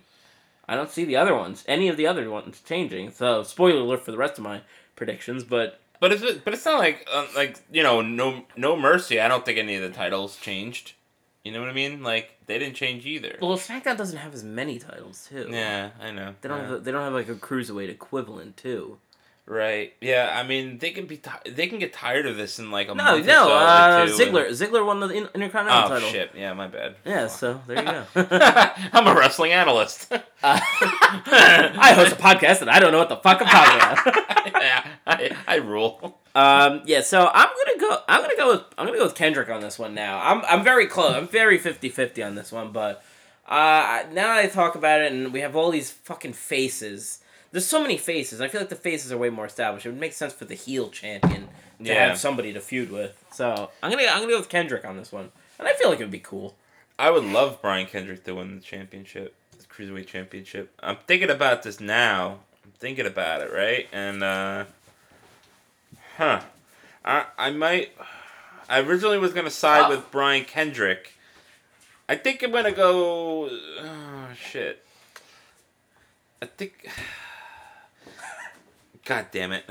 Speaker 5: I don't see the other ones, any of the other ones changing. So, spoiler alert for the rest of my predictions, but
Speaker 6: But it's but it's not like um, like you know no no mercy. I don't think any of the titles changed. You know what I mean? Like they didn't change either.
Speaker 5: well, SmackDown doesn't have as many titles too.
Speaker 6: yeah, I know.
Speaker 5: They don't
Speaker 6: yeah.
Speaker 5: have a, they don't have like a cruiserweight equivalent too.
Speaker 6: right. Yeah, I mean they can be ti they can get tired of this in like a
Speaker 5: No,
Speaker 6: month or
Speaker 5: no,
Speaker 6: so, or
Speaker 5: uh,
Speaker 6: two,
Speaker 5: Ziggler
Speaker 6: and-
Speaker 5: Ziggler won the in- Intercontinental
Speaker 6: Oh
Speaker 5: title.
Speaker 6: shit! Yeah, my bad.
Speaker 5: Yeah, so there you go.
Speaker 6: I'm a wrestling analyst.
Speaker 5: I host a podcast and I don't know what the fuck I'm talking about.
Speaker 6: yeah, I, I rule.
Speaker 5: Um, yeah, so I'm gonna go. I'm gonna go with. I'm gonna go with Kendrick on this one now. I'm. I'm very close. I'm very 50-50 on this one, but uh, now that I talk about it, and we have all these fucking faces. There's so many faces. I feel like the faces are way more established. It would make sense for the heel champion to
Speaker 6: Yeah.
Speaker 5: have somebody to feud with. So I'm gonna. I'm gonna go with Kendrick on this one, and I feel like it would be cool.
Speaker 6: I would love Brian Kendrick to win the championship, the cruiserweight championship. I'm thinking about this now. I'm thinking about it, right? And uh, huh, I I might. I originally was gonna side with Brian Kendrick. I think I'm gonna go. Oh shit. I think. God damn it!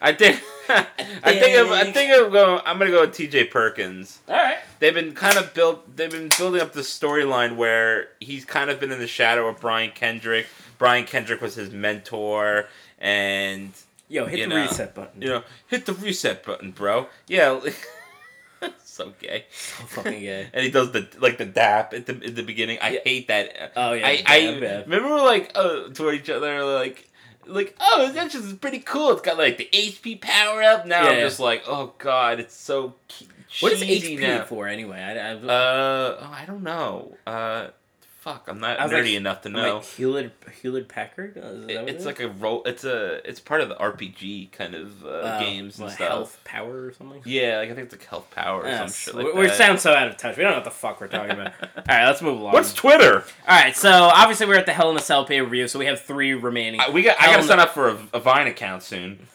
Speaker 6: I think. I think. I'm, I think I'm going. I'm gonna go with T.J. Perkins
Speaker 5: All right.
Speaker 6: they've been kind of built they've been building up the storyline where he's kind of been in the shadow of Brian Kendrick. Brian Kendrick was his mentor and
Speaker 5: Yo, hit
Speaker 6: You
Speaker 5: the
Speaker 6: know.
Speaker 5: reset button.
Speaker 6: you know, hit the reset button, bro. Yeah. so gay.
Speaker 5: I'm fucking gay.
Speaker 6: And he does the like the dap at the at the beginning. I hate that.
Speaker 5: Oh, yeah,
Speaker 6: I,
Speaker 5: the
Speaker 6: I
Speaker 5: dap, yeah.
Speaker 6: remember we're like uh, toward each other like like oh that's just pretty cool. It's got like the HP power up. Now I'm
Speaker 5: Yeah.
Speaker 6: just like oh god, it's so. ke-
Speaker 5: What is
Speaker 6: cheesy
Speaker 5: HP
Speaker 6: now.
Speaker 5: for anyway? I, I,
Speaker 6: Uh, oh, I don't know. Uh, fuck, I'm not
Speaker 5: I was
Speaker 6: nerdy
Speaker 5: like-
Speaker 6: enough to
Speaker 5: I'm
Speaker 6: know.
Speaker 5: like Hewlett Hewlett Packard. Uh, Is that
Speaker 6: It-
Speaker 5: what
Speaker 6: it's like a role. It's a. It's part of the RPG kind of uh, games and stuff.
Speaker 5: Health power or something.
Speaker 6: Yeah, like I think it's like health power or some
Speaker 5: Yes.
Speaker 6: shit like
Speaker 5: we
Speaker 6: that.
Speaker 5: we sound so out of touch. We don't know what the fuck we're talking about. All right, let's move along.
Speaker 6: What's Twitter?
Speaker 5: All right, so obviously we're at the Hell in a Cell pay review, so we have three remaining.
Speaker 6: I, we got. I
Speaker 5: Hell
Speaker 6: gotta
Speaker 5: in
Speaker 6: sign up for a, a Vine account soon.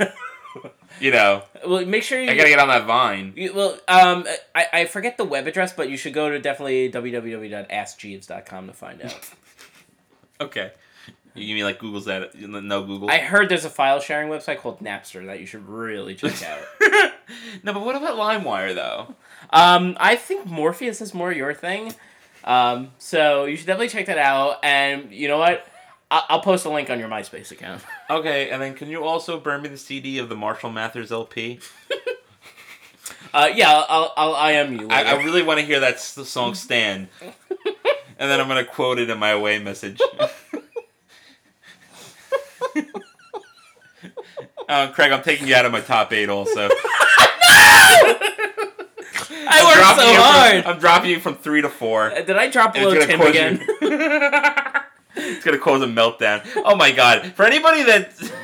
Speaker 6: you know,
Speaker 5: Well, make sure you.
Speaker 6: I gotta get on that Vine.
Speaker 5: You, well, um, I, I forget the web address, but you should go to definitely www.askjeeves.com to find out.
Speaker 6: Okay. You mean like Google's that? No Google.
Speaker 5: I heard there's a file sharing website called Napster that you should really check out.
Speaker 6: no, but what about LimeWire though?
Speaker 5: Um, I think Morpheus is more your thing. Um, so you should definitely check that out. And you know what? I'll, I'll post a link on your MySpace account.
Speaker 6: Okay, and then can you also burn me the CD of the Marshall Mathers LP?
Speaker 5: Uh, yeah, I'll, I'll, I'll IM you.
Speaker 6: I,
Speaker 5: later.
Speaker 6: I really want to hear that s- song "Stand," and then I'm gonna quote it in my away message. Uh, Craig, I'm taking you out of my top eight. Also,
Speaker 5: I worked
Speaker 6: Dropping
Speaker 5: so
Speaker 6: you from-
Speaker 5: hard.
Speaker 6: I'm dropping you from three to four.
Speaker 5: Uh, Did I drop
Speaker 6: And
Speaker 5: below Tim
Speaker 6: cause
Speaker 5: again?
Speaker 6: you- it's gonna cause a meltdown. Oh my god! For anybody that.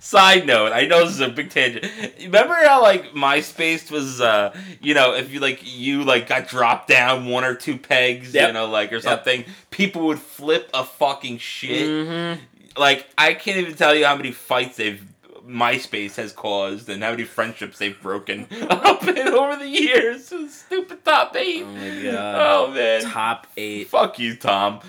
Speaker 6: Side note, I know this is a big tangent. Remember how like MySpace was, uh, you know, if you like you like got dropped down one or two pegs,
Speaker 5: Yep.
Speaker 6: you know, like or something, people would
Speaker 5: Mm-hmm.
Speaker 6: flip a fucking shit. Like I can't even tell you how many fights they've MySpace has caused and how many friendships they've broken up in over the years. Stupid top eight.
Speaker 5: Oh my god.
Speaker 6: Oh man.
Speaker 5: Mm-hmm. Top eight.
Speaker 6: Fuck you, Tom.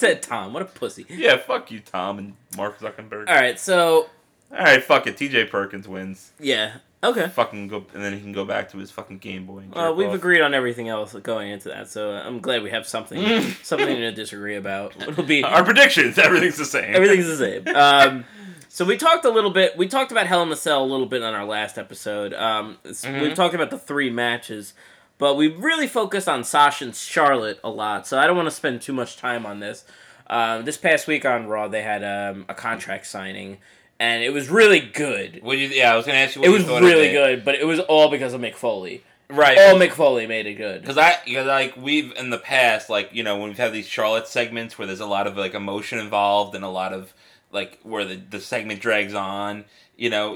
Speaker 5: Ted Tom, what a pussy.
Speaker 6: yeah, fuck you, Tom and Mark Zuckerberg.
Speaker 5: All right, so
Speaker 6: All right, fuck it. T.J. Perkins wins.
Speaker 5: yeah, okay.
Speaker 6: Fucking go, and then he can go back to his fucking Game Boy. and
Speaker 5: Well,
Speaker 6: jerk
Speaker 5: Uh, we've
Speaker 6: off.
Speaker 5: agreed on everything else going into that, so I'm glad we have something something to disagree about. It'll be
Speaker 6: Our predictions. Everything's the same.
Speaker 5: everything's the same. Um, so we talked a little bit. We talked about Hell in a Cell a little bit on our last episode. Um, it's-
Speaker 6: Mm-hmm.
Speaker 5: We've talked about the three matches, but we really focused on Sasha and Charlotte a lot. So I don't want to spend too much time on this. Um, this past week on Raw, they had um, a contract signing, and it was really good.
Speaker 6: What you, yeah, I was gonna ask you. What
Speaker 5: It
Speaker 6: you
Speaker 5: was
Speaker 6: thought of
Speaker 5: really good, Oh, but it was all because of Mick Foley.
Speaker 6: Right.
Speaker 5: All Mick Foley made it good.
Speaker 6: Because I, you know, like we've in the past, like you know, when we've had these Charlotte segments where there's a lot of like emotion involved and a lot of like where the, the segment drags on, you know,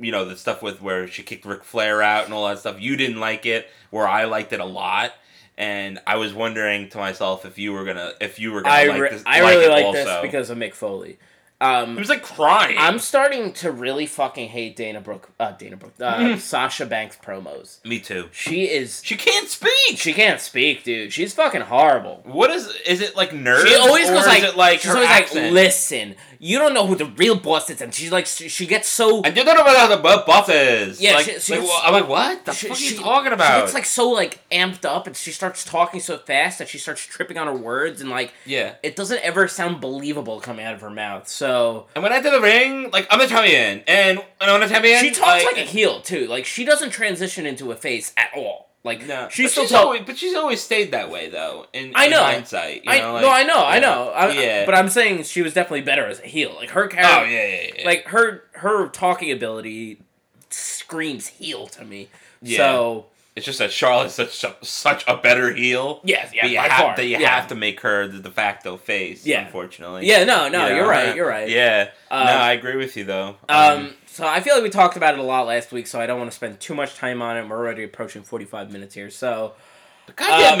Speaker 6: you know the stuff with where she kicked Ric Flair out and all that stuff. You didn't like it, where I liked it a lot, and I was wondering to myself if you were gonna if you were gonna
Speaker 5: I,
Speaker 6: like
Speaker 5: re-
Speaker 6: this.
Speaker 5: I really
Speaker 6: it
Speaker 5: like
Speaker 6: also.
Speaker 5: this because of Mick Foley. Um,
Speaker 6: he was like crying.
Speaker 5: I'm starting to really fucking hate Dana Brooke, uh, Dana Brooke, uh, Sasha Banks promos.
Speaker 6: Me too.
Speaker 5: She is,
Speaker 6: She can't speak.
Speaker 5: she can't speak, dude. She's fucking horrible.
Speaker 6: What is? Is it like nerves?
Speaker 5: She always
Speaker 6: or
Speaker 5: goes
Speaker 6: is
Speaker 5: like,
Speaker 6: it, like
Speaker 5: she's
Speaker 6: her
Speaker 5: always like,
Speaker 6: accent?
Speaker 5: listen, you don't know who the real boss is, and she's like, she, she gets so.
Speaker 6: And you don't know about the bu- buses.
Speaker 5: Yeah,
Speaker 6: like,
Speaker 5: she- she
Speaker 6: like,
Speaker 5: gets-
Speaker 6: well, I'm like, what the
Speaker 5: she-
Speaker 6: fuck are
Speaker 5: she-
Speaker 6: you talking about?
Speaker 5: She gets like so like amped up, and she starts talking so fast that she starts tripping on her words, and like
Speaker 6: yeah.
Speaker 5: it doesn't ever sound believable coming out of her mouth. So
Speaker 6: And when I did the ring, like I'm Italian, and and I'm Italian.
Speaker 5: she talks like, a heel too. Like she doesn't transition into a face at all. Like
Speaker 6: no,
Speaker 5: she
Speaker 6: but
Speaker 5: still
Speaker 6: she's
Speaker 5: talk-
Speaker 6: always, but she's always stayed that way though. In,
Speaker 5: I
Speaker 6: in
Speaker 5: know.
Speaker 6: hindsight, you
Speaker 5: I,
Speaker 6: know,
Speaker 5: no,
Speaker 6: like,
Speaker 5: I know, I
Speaker 6: yeah.
Speaker 5: know. I,
Speaker 6: yeah,
Speaker 5: but I'm saying she was definitely better as a heel. Like her character,
Speaker 6: oh yeah, yeah, yeah.
Speaker 5: like her her talking ability screams heel to me.
Speaker 6: Yeah.
Speaker 5: So
Speaker 6: it's just that Charlotte's such a, such a better heel.
Speaker 5: yes, yeah,
Speaker 6: that you,
Speaker 5: by
Speaker 6: have,
Speaker 5: far.
Speaker 6: that you
Speaker 5: yeah.
Speaker 6: have to make her the de facto face.
Speaker 5: Yeah.
Speaker 6: unfortunately.
Speaker 5: Yeah, no, no,
Speaker 6: You
Speaker 5: you're
Speaker 6: know?
Speaker 5: right, you're right.
Speaker 6: Yeah,
Speaker 5: Um,
Speaker 6: no, I agree with you though.
Speaker 5: Um, so I feel like we talked about it a lot last week, so I don't want to spend too much time on it. We're already approaching 45 minutes here, so
Speaker 6: goddamn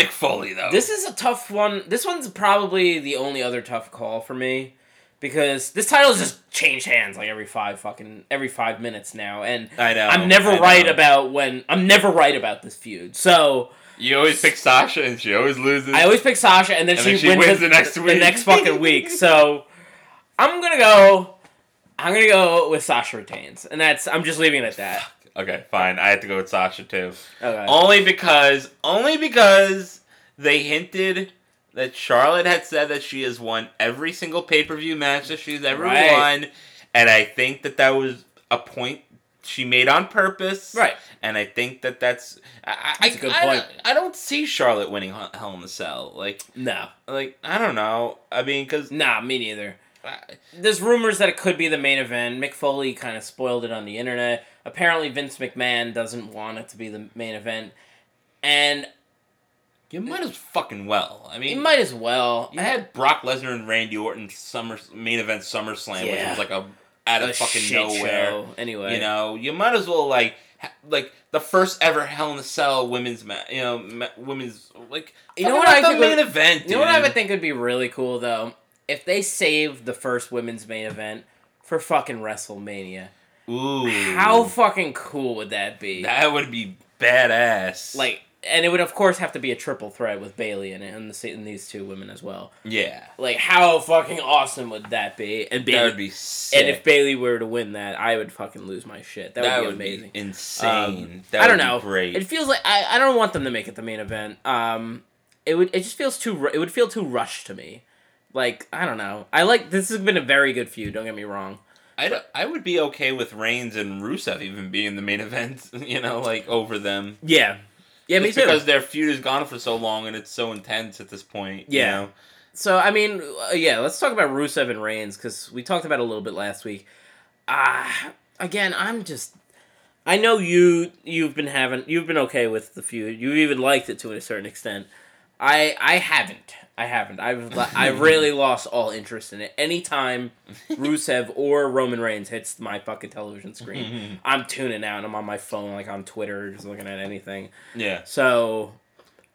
Speaker 5: um,
Speaker 6: McFoley though.
Speaker 5: this is a tough one. This one's probably the only other tough call for me because this title's just changed hands like every five fucking every five minutes now, and
Speaker 6: I know.
Speaker 5: I'm never
Speaker 6: I
Speaker 5: right
Speaker 6: know.
Speaker 5: about when I'm never right about this feud. So
Speaker 6: You always pick Sasha, and she always loses.
Speaker 5: I always pick Sasha, and then,
Speaker 6: And
Speaker 5: she,
Speaker 6: then she
Speaker 5: wins,
Speaker 6: wins the next
Speaker 5: the
Speaker 6: week.
Speaker 5: next fucking week. So I'm gonna go. I'm gonna go with Sasha retains, and that's I'm just leaving it at that.
Speaker 6: Okay, fine. I have to go with Sasha too.
Speaker 5: Okay.
Speaker 6: Only because, only because they hinted that Charlotte had said that she has won every single pay per view match that she's ever
Speaker 5: Right.
Speaker 6: won, and I think that that was a point she made on purpose.
Speaker 5: Right.
Speaker 6: And I think that that's I,
Speaker 5: That's
Speaker 6: I,
Speaker 5: a good
Speaker 6: I,
Speaker 5: point.
Speaker 6: I don't see Charlotte winning Hell Hell in a Cell. Like,
Speaker 5: No,
Speaker 6: like I don't know. I mean, because
Speaker 5: nah, me neither. There's rumors that it could be the main event. Mick Foley kind of spoiled it on the internet. Apparently, Vince McMahon doesn't want it to be the main event, and
Speaker 6: you might as fucking well. I
Speaker 5: it
Speaker 6: mean,
Speaker 5: might as well.
Speaker 6: Mm. You had Brock Lesnar and Randy Orton summer main event SummerSlam,
Speaker 5: Yeah.
Speaker 6: which was like a out of
Speaker 5: A
Speaker 6: fucking
Speaker 5: shit
Speaker 6: nowhere.
Speaker 5: show, Anyway,
Speaker 6: You know, you might as well like ha- like the first ever Hell in a Cell women's ma- you know ma- women's like
Speaker 5: You know
Speaker 6: fucking
Speaker 5: what I
Speaker 6: have the
Speaker 5: think
Speaker 6: main
Speaker 5: would-
Speaker 6: event.
Speaker 5: You know what I
Speaker 6: dude.
Speaker 5: would think would be really cool though? If they saved the first women's main event for fucking WrestleMania.
Speaker 6: Ooh,
Speaker 5: How fucking cool would that be?
Speaker 6: that would be badass.
Speaker 5: like and it would of course have to be a triple threat with Bailey and and, the, and these two women as well.
Speaker 6: yeah,
Speaker 5: Like how fucking awesome would that be? And
Speaker 6: that
Speaker 5: Bailey,
Speaker 6: would be sick.
Speaker 5: and if Bailey were to win that, I would fucking lose my shit. That,
Speaker 6: that
Speaker 5: would
Speaker 6: would
Speaker 5: be amazing.
Speaker 6: be insane.
Speaker 5: Um,
Speaker 6: that
Speaker 5: I don't
Speaker 6: would be
Speaker 5: know.
Speaker 6: great.
Speaker 5: It feels like I, I don't want them to make it the main event. Um, it would it just feels too ru- it would feel too rushed to me. Like I don't know. I like this has been a very good feud. Don't get me wrong.
Speaker 6: I, d- I would be okay with Reigns and Rusev even being the main event. You know, like over them.
Speaker 5: Yeah, yeah, me
Speaker 6: It's
Speaker 5: too.
Speaker 6: because their feud has gone on for so long and it's so intense at this point. you
Speaker 5: Yeah.
Speaker 6: know?
Speaker 5: So I mean, uh, yeah, let's talk about Rusev and Reigns because we talked about it a little bit last week. Ah, again, I'm just. I know you you've been having you've been okay with the feud. You even liked it to a certain extent. I I haven't. I haven't. I've li- I really lost all interest in it. Anytime Rusev or Roman Reigns hits my fucking television screen, I'm tuning out. I'm on my phone, like on Twitter, just looking at anything.
Speaker 6: Yeah.
Speaker 5: So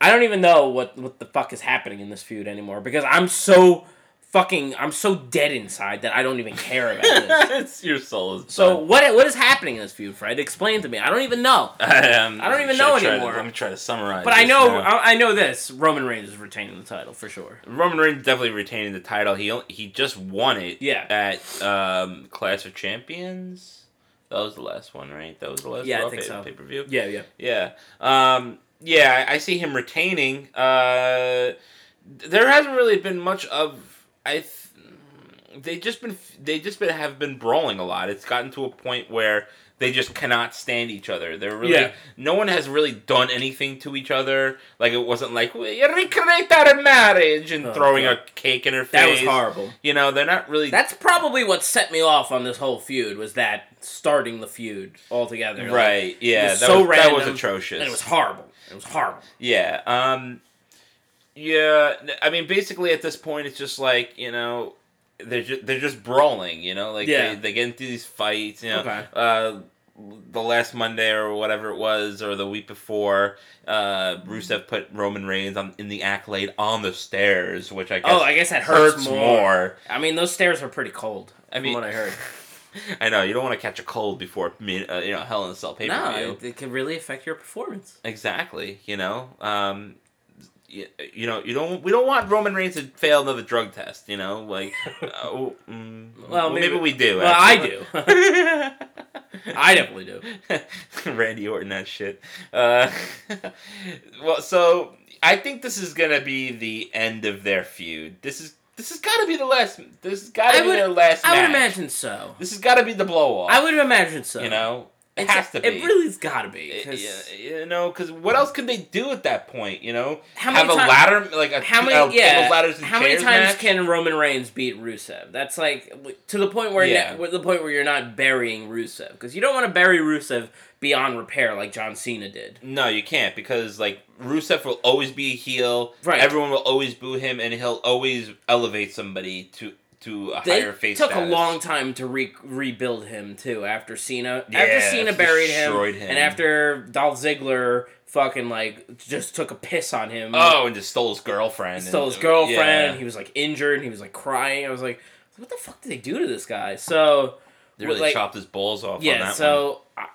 Speaker 5: I don't even know what what the fuck is happening in this feud anymore because I'm so fucking I'm so dead inside that I don't even care about this.
Speaker 6: it's your soul is
Speaker 5: So
Speaker 6: done.
Speaker 5: what what is happening in this feud, Fred? Explain to me. I don't even know.
Speaker 6: Um,
Speaker 5: I don't even
Speaker 6: should
Speaker 5: know
Speaker 6: try to-
Speaker 5: anymore.
Speaker 6: let me try to summarize.
Speaker 5: But I
Speaker 6: this
Speaker 5: know
Speaker 6: now.
Speaker 5: I, I know this. Roman Reigns is retaining the title for sure.
Speaker 6: Roman Reigns definitely retaining the title. He only, he just won it.
Speaker 5: Yeah.
Speaker 6: At um, Clash of Champions. That was the last one, right? That was the last.
Speaker 5: Yeah, I
Speaker 6: Raw
Speaker 5: think
Speaker 6: pay-
Speaker 5: so.
Speaker 6: Pay-per-view.
Speaker 5: Yeah, yeah.
Speaker 6: Yeah. Um, yeah, I I see him retaining. Uh, there hasn't really been much of I. Th- they just been they just been have been brawling a lot. It's gotten to a point where they just cannot stand each other. They're really
Speaker 5: Yeah.
Speaker 6: no one has really done anything to each other. Like it wasn't like we recreate our marriage and
Speaker 5: Oh,
Speaker 6: throwing
Speaker 5: God.
Speaker 6: a cake in her face.
Speaker 5: That was horrible.
Speaker 6: You know they're not really
Speaker 5: That's probably what set me off on this whole feud was that starting the feud altogether. Like,
Speaker 6: right.
Speaker 5: it
Speaker 6: Yeah,
Speaker 5: was
Speaker 6: that,
Speaker 5: so
Speaker 6: was,
Speaker 5: random.
Speaker 6: that was atrocious.
Speaker 5: and it was horrible. It was horrible.
Speaker 6: Yeah. Um Yeah, I mean basically at this point it's just like, you know, they're just, they're just brawling, you know, like
Speaker 5: Yeah.
Speaker 6: they, they get into these fights, you know.
Speaker 5: Okay.
Speaker 6: Uh the last Monday or whatever it was, or the week before, uh, Rusev put Roman Reigns on in the accolade on the stairs, which I guess,
Speaker 5: Oh, I guess that hurts, more.
Speaker 6: more.
Speaker 5: I mean, those stairs are pretty cold. I
Speaker 6: mean-
Speaker 5: from what I heard.
Speaker 6: I know you don't want to catch a cold before me- uh, you know Hell in a Cell pay per
Speaker 5: No,
Speaker 6: view.
Speaker 5: it, it can really affect your performance.
Speaker 6: Exactly. You know, um, you, you know, you don't. We don't want Roman Reigns to fail another drug test. You know, like, uh, oh, mm, well, maybe, we do.
Speaker 5: Well, I do.
Speaker 6: I
Speaker 5: I definitely do.
Speaker 6: do. Randy Orton, that shit. Uh, well, so I think this is gonna be the end of their feud. This is this has got to be the last. This has got
Speaker 5: I
Speaker 6: to be
Speaker 5: would,
Speaker 6: their last
Speaker 5: I would
Speaker 6: match.
Speaker 5: imagine so.
Speaker 6: This has got to be the blow off.
Speaker 5: I would imagine so.
Speaker 6: You know, it
Speaker 5: It's-
Speaker 6: has to be.
Speaker 5: It really's got to be. 'cause
Speaker 6: Eh, Yeah, you know, because what else could they do at that point? You know,
Speaker 5: How
Speaker 6: have
Speaker 5: many
Speaker 6: a
Speaker 5: ti-
Speaker 6: ladder, like a
Speaker 5: How
Speaker 6: a
Speaker 5: many? Yeah.
Speaker 6: tables, ladders, and
Speaker 5: how many
Speaker 6: chairs
Speaker 5: times
Speaker 6: match?
Speaker 5: can Roman Reigns beat Rusev? That's like w- to the point where
Speaker 6: Yeah.
Speaker 5: ne- the point where you're not burying Rusev because you don't want to bury Rusev beyond repair like John Cena did.
Speaker 6: No, you can't because like Rusev will always be a heel.
Speaker 5: Right.
Speaker 6: Everyone will always boo him, and he'll always elevate somebody to to a
Speaker 5: They
Speaker 6: higher face.
Speaker 5: took
Speaker 6: status.
Speaker 5: a long time to re- rebuild him too after Cena.
Speaker 6: Yeah,
Speaker 5: after Cena
Speaker 6: after
Speaker 5: buried him,
Speaker 6: destroyed him.
Speaker 5: and after Dolph Ziggler fucking like just took a piss on him.
Speaker 6: Oh, and just stole his girlfriend.
Speaker 5: stole
Speaker 6: and-
Speaker 5: his girlfriend.
Speaker 6: yeah.
Speaker 5: He was like injured. And he was like crying. I was like, what the fuck did they do to this guy? So
Speaker 6: They really
Speaker 5: like-
Speaker 6: chopped his balls off. on
Speaker 5: yeah,
Speaker 6: that one.
Speaker 5: so I,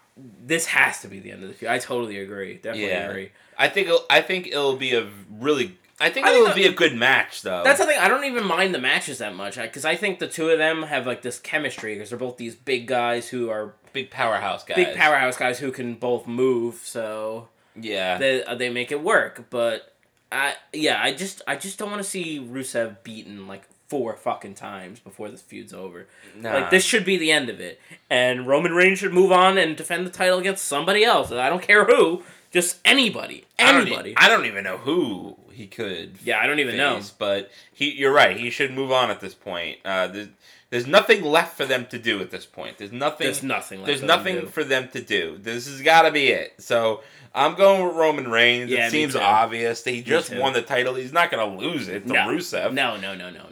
Speaker 5: this has to be the end of the feud. I totally agree. Definitely
Speaker 6: Yeah.
Speaker 5: agree.
Speaker 6: I think it'll, I think it'll be a really. I think
Speaker 5: I think
Speaker 6: it'll
Speaker 5: the-
Speaker 6: be a good match though.
Speaker 5: That's the thing. I don't even mind the matches that much because I think the two of them have like this chemistry because they're both these big guys who are
Speaker 6: big powerhouse guys.
Speaker 5: big powerhouse guys who can both move. So
Speaker 6: Yeah.
Speaker 5: they uh, they make it work. But I yeah, I just I just don't want to see Rusev beaten like four fucking times before this feud's over.
Speaker 6: Nah.
Speaker 5: Like this should be the end of it, and Roman Reigns should move on and defend the title against somebody else. I don't care who, just anybody,
Speaker 6: I don't e-
Speaker 5: anybody.
Speaker 6: I don't even know who he could.
Speaker 5: yeah, I don't even know.
Speaker 6: face, But he, you're right. He should move on at this point. Uh, there's, there's nothing left for them to do at this point. There's nothing.
Speaker 5: There's nothing. Left
Speaker 6: There's
Speaker 5: for them
Speaker 6: nothing
Speaker 5: to do.
Speaker 6: for them to do. This has got to be it. So I'm going with Roman Reigns.
Speaker 5: Yeah,
Speaker 6: it
Speaker 5: me
Speaker 6: seems
Speaker 5: too.
Speaker 6: obvious that he just
Speaker 5: too.
Speaker 6: won the title. He's not going to lose it to
Speaker 5: no.
Speaker 6: Rusev.
Speaker 5: No, no, no, no, no.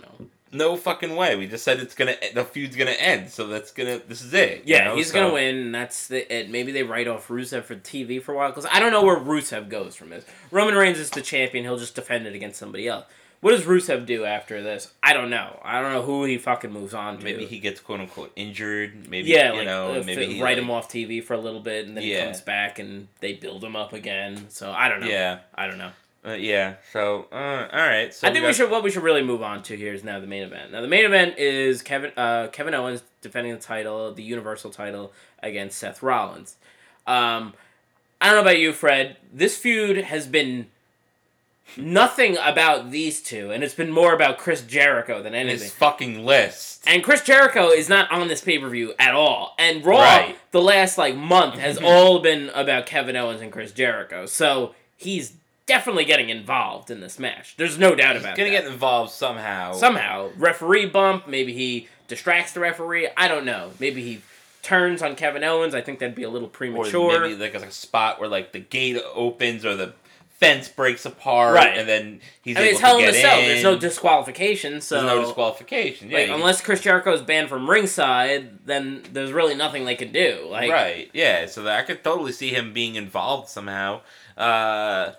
Speaker 6: No fucking way. We just said it's gonna. The feud's gonna end. So that's gonna. This is it. you
Speaker 5: Yeah,
Speaker 6: know?
Speaker 5: he's
Speaker 6: So-
Speaker 5: gonna win. And that's the it. Maybe they write off Rusev for TV for a while because I don't know where Rusev goes from this. Roman Reigns is the champion. He'll just defend it against somebody else. What does Rusev do after this? I don't know. I don't know who he fucking moves on to.
Speaker 6: Maybe he gets quote unquote injured. Maybe
Speaker 5: yeah,
Speaker 6: you
Speaker 5: like
Speaker 6: know.
Speaker 5: if
Speaker 6: maybe
Speaker 5: they
Speaker 6: he,
Speaker 5: write
Speaker 6: like-
Speaker 5: him off TV for a little bit, and then
Speaker 6: Yeah.
Speaker 5: he comes back and they build him up again. So I don't know.
Speaker 6: Yeah.
Speaker 5: I don't know.
Speaker 6: Uh, yeah. So, uh, all right. So
Speaker 5: I think we
Speaker 6: got-
Speaker 5: should. What we should really move on to here is now the main event. Now the main event is Kevin uh, Kevin Owens defending the title, the Universal title, against Seth Rollins. Um, I don't know about you, Fred. This feud has been nothing about these two, and it's been more about Chris Jericho than anything.
Speaker 6: his fucking list.
Speaker 5: And Chris Jericho is not on this pay per view at all. And Raw,
Speaker 6: Right.
Speaker 5: the last like month, has all been about Kevin Owens and Chris Jericho. So he's definitely getting involved in this match. There's no doubt
Speaker 6: He's
Speaker 5: about
Speaker 6: gonna
Speaker 5: that.
Speaker 6: get involved somehow.
Speaker 5: Somehow, referee bump. Maybe he distracts the referee. I don't know. Maybe he turns on Kevin Owens. I think that'd be a little
Speaker 6: or
Speaker 5: premature.
Speaker 6: maybe like a spot where like the gate opens or the fence breaks apart,
Speaker 5: Right.
Speaker 6: And then he's
Speaker 5: I mean,
Speaker 6: able
Speaker 5: it's hell
Speaker 6: to
Speaker 5: in a
Speaker 6: get
Speaker 5: cell.
Speaker 6: in.
Speaker 5: There's no disqualification. So
Speaker 6: There's no disqualification. Yeah,
Speaker 5: Like,
Speaker 6: you-
Speaker 5: unless Chris Jericho is banned from ringside, then there's really nothing they can do. Like,
Speaker 6: right. Yeah. So that I could totally see him being involved somehow. Uh,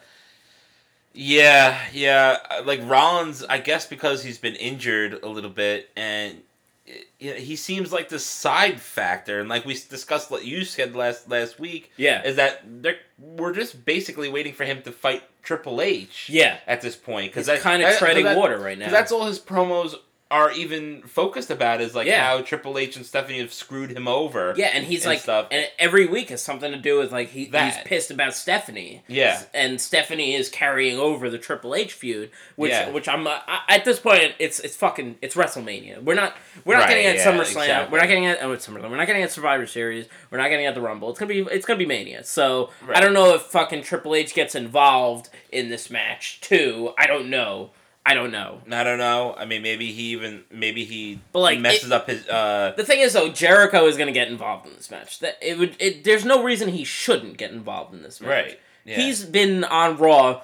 Speaker 6: Yeah, yeah. uh, Like Rollins, I guess because he's been injured a little bit, and uh, yeah, he seems like the side factor. And like we s- discussed, what you said last last week,
Speaker 5: Yeah.
Speaker 6: is that they're, we're just basically waiting for him to fight Triple H.
Speaker 5: Yeah.
Speaker 6: at this point, because
Speaker 5: He's kinda treading water right now.
Speaker 6: That's all his promos are even focused about is like
Speaker 5: Yeah.
Speaker 6: how Triple H and Stephanie have screwed him over.
Speaker 5: Yeah, and he's
Speaker 6: and
Speaker 5: like,
Speaker 6: stuff.
Speaker 5: and every week has something to do with like he, he's
Speaker 6: That.
Speaker 5: pissed about Stephanie.
Speaker 6: Yeah.
Speaker 5: S- and Stephanie is carrying over the Triple H feud, which
Speaker 6: Yeah.
Speaker 5: which I'm uh, I, at this point it's it's fucking it's WrestleMania. We're not we're not
Speaker 6: Right,
Speaker 5: getting at
Speaker 6: yeah,
Speaker 5: SummerSlam.
Speaker 6: exactly.
Speaker 5: We're not getting at oh it's SummerSlam. We're not getting at Survivor Series. We're not getting at the Rumble. It's gonna be it's gonna be Mania. So I
Speaker 6: Right.
Speaker 5: don't know if fucking Triple H gets involved in this match too. I don't know. I don't know.
Speaker 6: I don't know. I mean, maybe he even maybe he
Speaker 5: But, like,
Speaker 6: messes
Speaker 5: it-
Speaker 6: up his. uh
Speaker 5: The thing is, though, Jericho is going to get involved in this match. That it would. It, there's no reason he shouldn't get involved in this match.
Speaker 6: Right, yeah.
Speaker 5: He's been on Raw,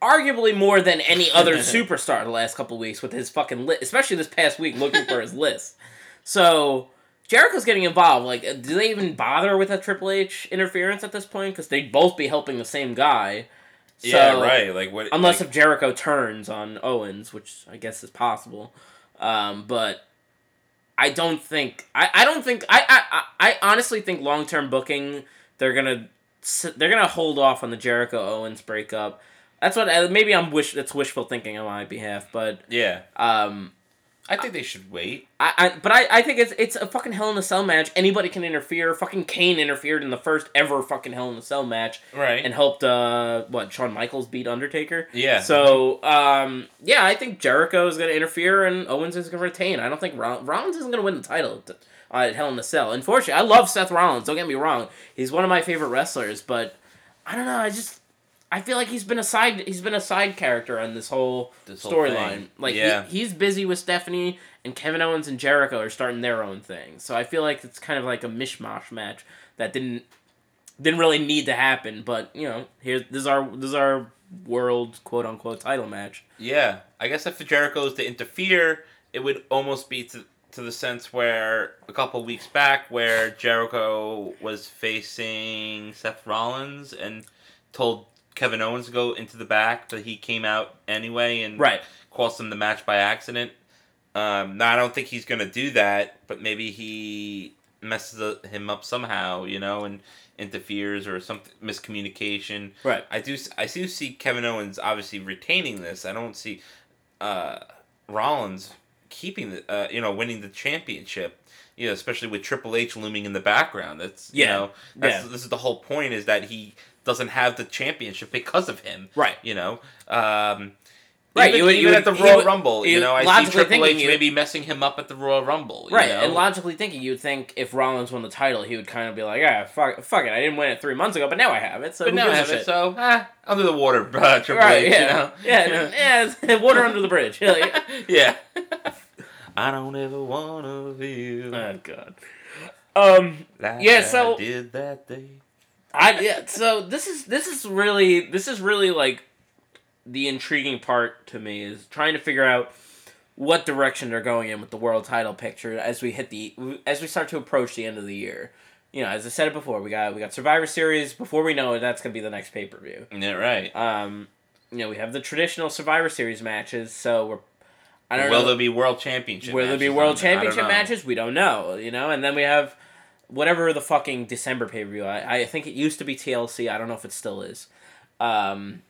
Speaker 5: arguably more than any other superstar the last couple weeks with his fucking list, especially this past week looking for his list. So Jericho's getting involved. Like, uh, do they even bother with a Triple H interference at this point? Because they'd both be helping the same guy. So,
Speaker 6: yeah, right. Like what?
Speaker 5: Unless
Speaker 6: like-
Speaker 5: if Jericho turns on Owens, which I guess is possible. Um, but I don't think I, I don't think I I, I I honestly think long term booking they're gonna s- they're gonna hold off on the Jericho Owens breakup. That's what uh, maybe I'm wish that's wishful thinking on my behalf, but
Speaker 6: Yeah,
Speaker 5: um,
Speaker 6: I think they should wait.
Speaker 5: I, I but I, I think it's it's a fucking Hell in a Cell match. Anybody can interfere. Fucking Kane interfered in the first ever fucking Hell in a Cell match
Speaker 6: Right.
Speaker 5: and helped uh what Shawn Michaels beat Undertaker.
Speaker 6: Yeah.
Speaker 5: So um yeah, I think Jericho is gonna interfere and Owens is gonna retain. I don't think Roll- Rollins isn't gonna win the title t- uh, at Hell in a Cell. Unfortunately, I love Seth Rollins. Don't get me wrong, he's one of my favorite wrestlers, but I don't know. I just I feel like he's been a side he's been a side character on this whole
Speaker 6: This whole
Speaker 5: storyline.
Speaker 6: thing.
Speaker 5: Like he-
Speaker 6: Yeah.
Speaker 5: he's busy with Stephanie and Kevin Owens and Jericho are starting their own thing. So I feel like it's kind of like a mishmash match that didn't didn't really need to happen, but you know, here this is our this is our world quote unquote title match.
Speaker 6: Yeah, I guess if Jericho is to interfere, it would almost be to to the sense where a couple weeks back, where Jericho was facing Seth Rollins and told Kevin Owens to go into the back, but he came out anyway and
Speaker 5: Right.
Speaker 6: cost him the match by accident. Um, now I don't think he's gonna do that, but maybe he messes up- him up somehow, you know, and interferes or some miscommunication.
Speaker 5: Right.
Speaker 6: I do. s- I do see Kevin Owens obviously retaining this. I don't see uh, Rollins keeping the uh, you know winning the championship. You know, especially with Triple H looming in the background. That's you
Speaker 5: Yeah.
Speaker 6: know that's,
Speaker 5: Yeah.
Speaker 6: this is the whole point is that he doesn't have the championship because of him.
Speaker 5: Right.
Speaker 6: You know. Um,
Speaker 5: Right,
Speaker 6: Even,
Speaker 5: you would- you
Speaker 6: even
Speaker 5: would-
Speaker 6: at the
Speaker 5: he
Speaker 6: Royal
Speaker 5: would-
Speaker 6: Rumble,
Speaker 5: he
Speaker 6: you
Speaker 5: would-
Speaker 6: know, I see
Speaker 5: logically
Speaker 6: Triple
Speaker 5: thinking
Speaker 6: H
Speaker 5: you-
Speaker 6: maybe messing him up at the Royal Rumble. you
Speaker 5: Right,
Speaker 6: know?
Speaker 5: and logically thinking, you'd think if Rollins won the title, he would kind of be like, "Ah, fuck, fuck it, I didn't win it three months ago, but now I have it." So
Speaker 6: But
Speaker 5: who
Speaker 6: now I
Speaker 5: gives a
Speaker 6: have it,
Speaker 5: shit?
Speaker 6: so ah, under the water, bruh, Triple
Speaker 5: right,
Speaker 6: H.
Speaker 5: yeah,
Speaker 6: You know?
Speaker 5: yeah, no, yeah, it's water under the bridge. Like,
Speaker 6: yeah. I don't ever wanna feel
Speaker 5: oh god. Um,
Speaker 6: like
Speaker 5: Yeah, so-
Speaker 6: I did that day.
Speaker 5: I yeah. So this is this is really this is really like the intriguing part to me is trying to figure out what direction they're going in with the world title picture as we hit the as we start to approach the end of the year. You know, as I said it before, we got we got Survivor Series. Before we know it, that's gonna be the next pay per view.
Speaker 6: Yeah, right.
Speaker 5: Um, you know, we have the traditional Survivor Series matches. So we're I don't
Speaker 6: Will
Speaker 5: know
Speaker 6: there be world championship?
Speaker 5: will there be
Speaker 6: matches
Speaker 5: world
Speaker 6: on there? I don't
Speaker 5: championship
Speaker 6: know.
Speaker 5: matches? We don't know, you know. And then we have whatever the fucking December pay per view. I, I think it used to be TLC. I don't know if it still is. Um,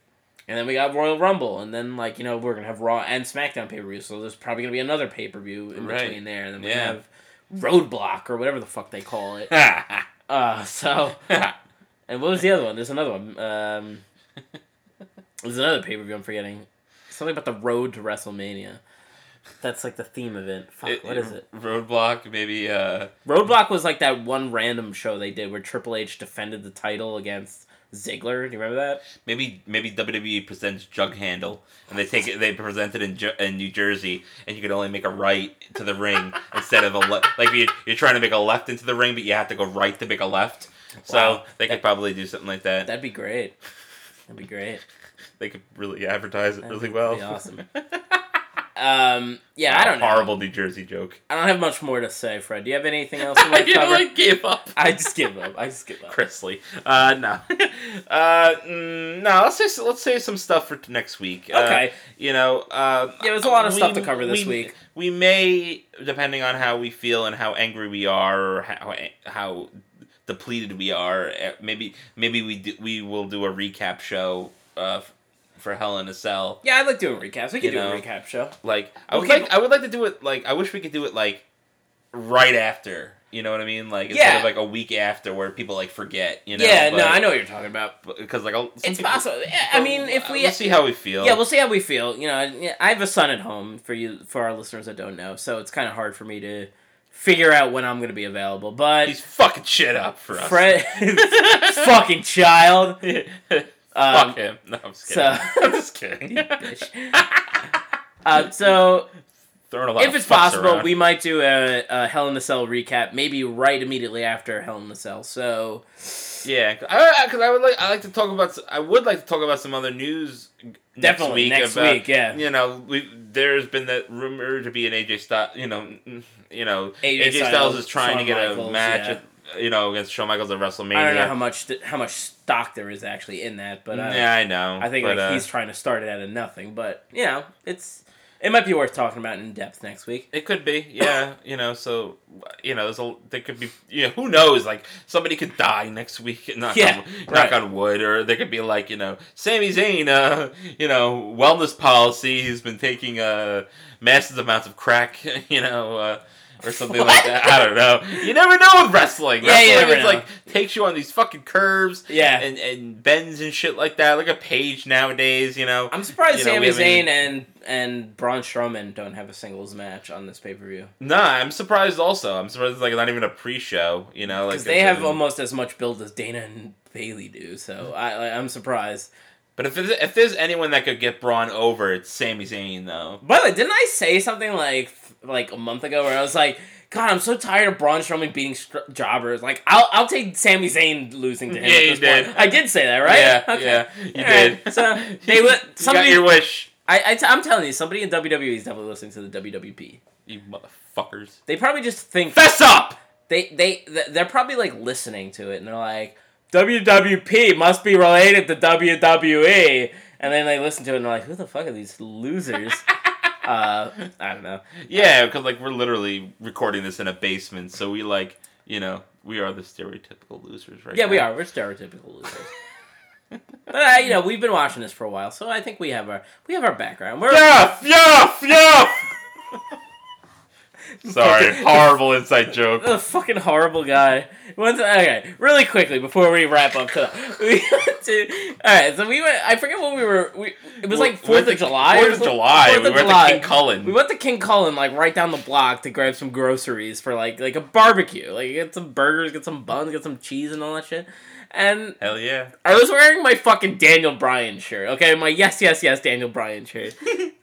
Speaker 5: and then we got Royal Rumble, and then like you know we're gonna have Raw and SmackDown pay per view. So there's probably gonna be another pay per view in
Speaker 6: Right.
Speaker 5: between there, and then we
Speaker 6: Yeah.
Speaker 5: have Roadblock or whatever the fuck they call it. uh, so and what was the other one? There's another one. Um, there's another pay per view I'm forgetting. Something about the road to WrestleMania. That's like the theme of it. Fuck, what is it?
Speaker 6: Roadblock, maybe. Uh,
Speaker 5: Roadblock was like that one random show they did where Triple H defended the title against Ziggler. Do you remember that?
Speaker 6: maybe maybe WWE presents Jug Handle, and they take it. They present it in Ju- in New Jersey, and you can only make a right to the ring instead of a left. Like you, you're trying to make a left into the ring, but you have to go right to make a left. So
Speaker 5: Wow.
Speaker 6: they could probably do something like that.
Speaker 5: That'd be great. That'd be great.
Speaker 6: They could really advertise it
Speaker 5: That'd
Speaker 6: really
Speaker 5: be
Speaker 6: well.
Speaker 5: pretty awesome. Um, yeah, I don't know.
Speaker 6: Horrible New Jersey joke.
Speaker 5: I don't have much more to say, Fred. Do you have anything else you want to
Speaker 6: You
Speaker 5: cover?
Speaker 6: like gave up.
Speaker 5: I just give up. I just give up.
Speaker 6: Chrisley. Uh, no. uh, mm, no. Let's say let's save some stuff for next week. Uh,
Speaker 5: Okay.
Speaker 6: you know. Uh,
Speaker 5: Yeah, there's a lot of
Speaker 6: we-
Speaker 5: stuff to cover this
Speaker 6: we-
Speaker 5: week.
Speaker 6: We may, depending on how we feel and how angry we are, or how how depleted we are, eh, maybe maybe we do, we will do a recap show uh, f- for Hell in a Cell.
Speaker 5: Yeah, I'd like doing recaps. We could
Speaker 6: You
Speaker 5: do
Speaker 6: know.
Speaker 5: a recap show.
Speaker 6: Like I would
Speaker 5: Okay.
Speaker 6: like I would like to do it like I wish we could do it like right after. You know what I mean? Like instead
Speaker 5: Yeah.
Speaker 6: of like a week after where people like forget. You know?
Speaker 5: yeah, no,
Speaker 6: but-
Speaker 5: I know what you're talking about.
Speaker 6: because like I'll, some
Speaker 5: It's
Speaker 6: people-
Speaker 5: possible. Yeah, I mean, if
Speaker 6: Uh,
Speaker 5: we
Speaker 6: we'll see how we feel.
Speaker 5: yeah, we'll see how we feel. You know, I- I have a son at home for you for our listeners that don't know, so it's kind of hard for me to figure out when I'm going to be available. But
Speaker 6: he's fucking shit up for us.
Speaker 5: Fred, fucking child. Um,
Speaker 6: Fuck him. No, I'm just kidding.
Speaker 5: so-
Speaker 6: I'm just kidding.
Speaker 5: Uh, so
Speaker 6: Throwing a lot.
Speaker 5: if
Speaker 6: of
Speaker 5: it's
Speaker 6: fucks
Speaker 5: possible,
Speaker 6: around.
Speaker 5: we might do a, a Hell in the Cell recap, maybe right immediately after Hell in the Cell. So
Speaker 6: yeah, because I, I- 'cause I would like I like to talk about s- I would like to talk about some other news.
Speaker 5: Definitely, next
Speaker 6: about,
Speaker 5: week, yeah.
Speaker 6: you know, we there's been that rumor to be an AJ Styles. You know, mm, you know,
Speaker 5: AJ
Speaker 6: AJ, Styles is
Speaker 5: Styles,
Speaker 6: trying
Speaker 5: Shawn
Speaker 6: to get
Speaker 5: Michaels,
Speaker 6: a match.
Speaker 5: yeah.
Speaker 6: At, you know, against Shawn Michaels at WrestleMania.
Speaker 5: I don't know how much th- how much stock there is actually in that, but uh,
Speaker 6: yeah, I know.
Speaker 5: I think
Speaker 6: but,
Speaker 5: like
Speaker 6: uh,
Speaker 5: he's trying to start it out of nothing. But you know, it's it might be worth talking about in depth next week.
Speaker 6: It could be, yeah. You know, so you know, there's a, there could be, you know, who knows? Like somebody could die next week. Knock
Speaker 5: Yeah,
Speaker 6: on,
Speaker 5: right.
Speaker 6: knock on wood, or there could be like you know, Sami Zayn, uh, you know, wellness policy. He's been taking uh, massive amounts of crack, you know, uh, or something like that. I don't know. You never know with wrestling.
Speaker 5: Yeah, you
Speaker 6: wrestling
Speaker 5: never
Speaker 6: is
Speaker 5: know.
Speaker 6: like takes you on these fucking curves,
Speaker 5: Yeah.
Speaker 6: and and bends and shit like that. Like a page nowadays, you know.
Speaker 5: I'm surprised
Speaker 6: You know,
Speaker 5: Sami
Speaker 6: we haven't-
Speaker 5: Zayn and and Braun Strowman don't have a singles match on this pay per view
Speaker 6: Nah, I'm surprised. Also, I'm surprised. It's like not even a pre-show. You know, like
Speaker 5: because they have
Speaker 6: doesn't-
Speaker 5: almost as much build as Dana and Bailey do. So I, I I'm surprised.
Speaker 6: But if there's, if there's anyone that could get Braun over, it's Sami Zayn, though.
Speaker 5: By the way, didn't I say something like like a month ago where I was like, God, I'm so tired of Braun Strowman beating str- jobbers. Like I'll I'll take Sami Zayn losing to him.
Speaker 6: Yeah,
Speaker 5: at
Speaker 6: you
Speaker 5: this point."
Speaker 6: did.
Speaker 5: I did say that, right?
Speaker 6: Yeah,
Speaker 5: Okay.
Speaker 6: yeah, you
Speaker 5: Alright,
Speaker 6: did.
Speaker 5: so they would. Somebody,
Speaker 6: you got your wish.
Speaker 5: I, I t- I'm telling you, somebody in WWE is definitely listening to the WWP.
Speaker 6: You motherfuckers.
Speaker 5: They probably just think
Speaker 6: Fess up.
Speaker 5: they they th- they're probably like listening to it and they're like WWP must be related to WWE, and then they listen to it and they're like, who the fuck are these losers? uh, I don't know.
Speaker 6: Yeah, because like we're literally recording this in a basement, so we like you know we are the stereotypical losers, right?
Speaker 5: Yeah, we
Speaker 6: now.
Speaker 5: are. We're stereotypical losers. but uh, you know, we've been watching this for a while, so I think we have our we have our background. We're
Speaker 6: Yuff, yuff, yuff. Sorry, horrible inside joke.
Speaker 5: a fucking horrible guy. Once, okay, really quickly before we wrap up, to, we went to all right. So we went. I forget when we were. We it was like
Speaker 6: We went
Speaker 5: Fourth of
Speaker 6: to-
Speaker 5: July.
Speaker 6: Fourth
Speaker 5: or
Speaker 6: of
Speaker 5: something?
Speaker 6: July.
Speaker 5: Fourth
Speaker 6: We
Speaker 5: of
Speaker 6: went to
Speaker 5: July.
Speaker 6: King Cullen.
Speaker 5: We went to King Cullen, like right down the block, to grab some groceries for like like a barbecue. Like get some burgers, get some buns, get some cheese, and all that shit. And
Speaker 6: Hell yeah.
Speaker 5: I was wearing my fucking Daniel Bryan shirt, okay? My yes, yes, yes Daniel Bryan shirt.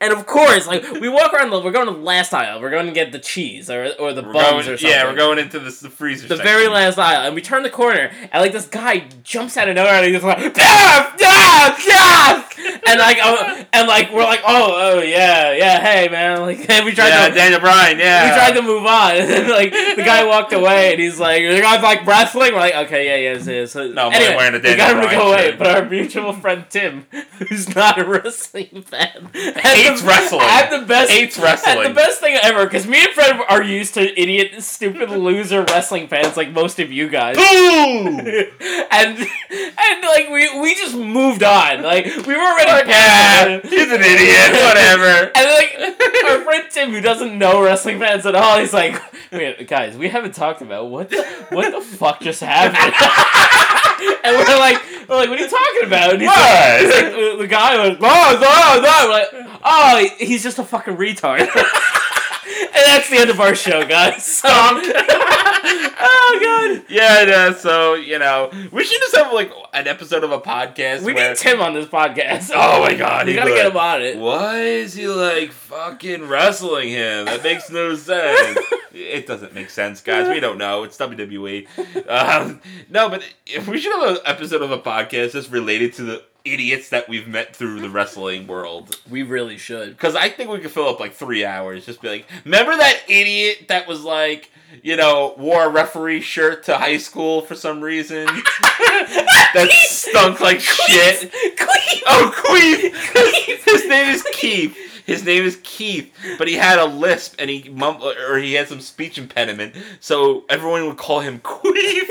Speaker 5: and of course, like, we walk around, the, we're going to the last aisle. We're going to get the cheese or, or the
Speaker 6: We're
Speaker 5: buns
Speaker 6: going,
Speaker 5: or something.
Speaker 6: yeah, we're going into this, the freezer.
Speaker 5: The
Speaker 6: section.
Speaker 5: very last aisle. And we turn the corner, and, like, this guy jumps out of nowhere, and he's just like, Death! Death! Death! and, like, oh, and, like, we're like, oh, oh, yeah, yeah, hey, man. Like, we tried
Speaker 6: Yeah,
Speaker 5: to...
Speaker 6: Daniel Bryan. Yeah,
Speaker 5: we tried to move on, and then like the guy walked away, and he's like, "The guy's like wrestling." We're like, "Okay, yeah, yeah, yeah." So
Speaker 6: No, I'm
Speaker 5: anyway,
Speaker 6: wearing a
Speaker 5: we got him
Speaker 6: Daniel
Speaker 5: to go
Speaker 6: Bryan
Speaker 5: away,
Speaker 6: shirt.
Speaker 5: but our mutual friend Tim, who's not a wrestling fan,
Speaker 6: Hates wrestling.
Speaker 5: Had the best
Speaker 6: Hates
Speaker 5: Had
Speaker 6: wrestling.
Speaker 5: the best thing ever because me and Fred are used to idiot, stupid loser wrestling fans like most of you guys
Speaker 6: Boom!
Speaker 5: and and like we we just moved on. Like we were already
Speaker 6: yeah, he's an idiot. Whatever.
Speaker 5: And then, like our friend Tim, who doesn't know wrestling fans at all, he's like, "Wait, guys, we haven't talked about what the, what the fuck just happened." and we're like, "We're like, what are you talking about?" And he's like,
Speaker 6: What?
Speaker 5: he's like, the- the guy was, "Oh, no, no." We're like, "Oh, he- he's just a fucking retard." and that's the end of our show, guys. So- oh god.
Speaker 6: yeah, yeah. So you know, we should just have like an episode of a podcast.
Speaker 5: We
Speaker 6: where,
Speaker 5: need Tim on this podcast.
Speaker 6: Oh my God,
Speaker 5: we
Speaker 6: he
Speaker 5: gotta
Speaker 6: would.
Speaker 5: get him on it.
Speaker 6: Why is he like fucking wrestling him? That makes no sense. it doesn't make sense, guys. We don't know. It's E. WWE. Um, no, but if we should have an episode of a podcast that's related to the idiots that we've met through the wrestling world.
Speaker 5: We really should.
Speaker 6: Because I think we could fill up like three hours. Just be like, remember that idiot that was like, you know, wore a referee shirt to high school for some reason? that stunk like shit.
Speaker 5: Queen.
Speaker 6: Oh, Queef! His name is Keith. His name is Keith, but he had a lisp and he mumble or he had some speech impediment, so everyone would call him Queef.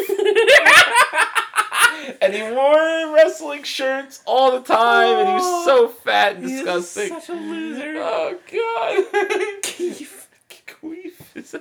Speaker 6: and he wore wrestling shirts all the time, and he was so fat and disgusting.
Speaker 5: Such a loser.
Speaker 6: Oh God, Keith, Queef. is-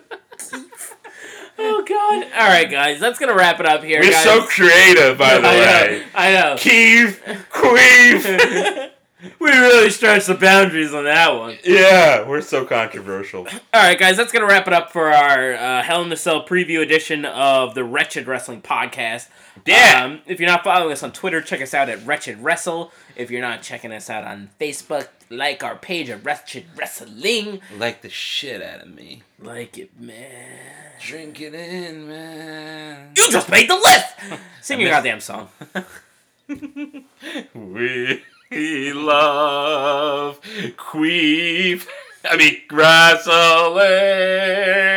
Speaker 5: Oh god. All right, guys, that's gonna wrap it up here.
Speaker 6: We're
Speaker 5: guys.
Speaker 6: so creative, by the way.
Speaker 5: I know.
Speaker 6: Keith, Queef.
Speaker 5: I know. we really stretched the boundaries on that one.
Speaker 6: yeah, we're so controversial.
Speaker 5: All right, guys, that's going to wrap it up for our uh, Hell in a Cell preview edition of the Wretched Wrestling Podcast.
Speaker 6: Yeah.
Speaker 5: Um, if you're not following us on Twitter, check us out at Wretched Wrestle. If you're not checking us out on Facebook, like our page at Wretched Wrestling.
Speaker 6: Like the shit out of me.
Speaker 5: Like it, man.
Speaker 6: Drink it in, man.
Speaker 5: You just made the list! Sing your goddamn song.
Speaker 6: We love Queef. I mean,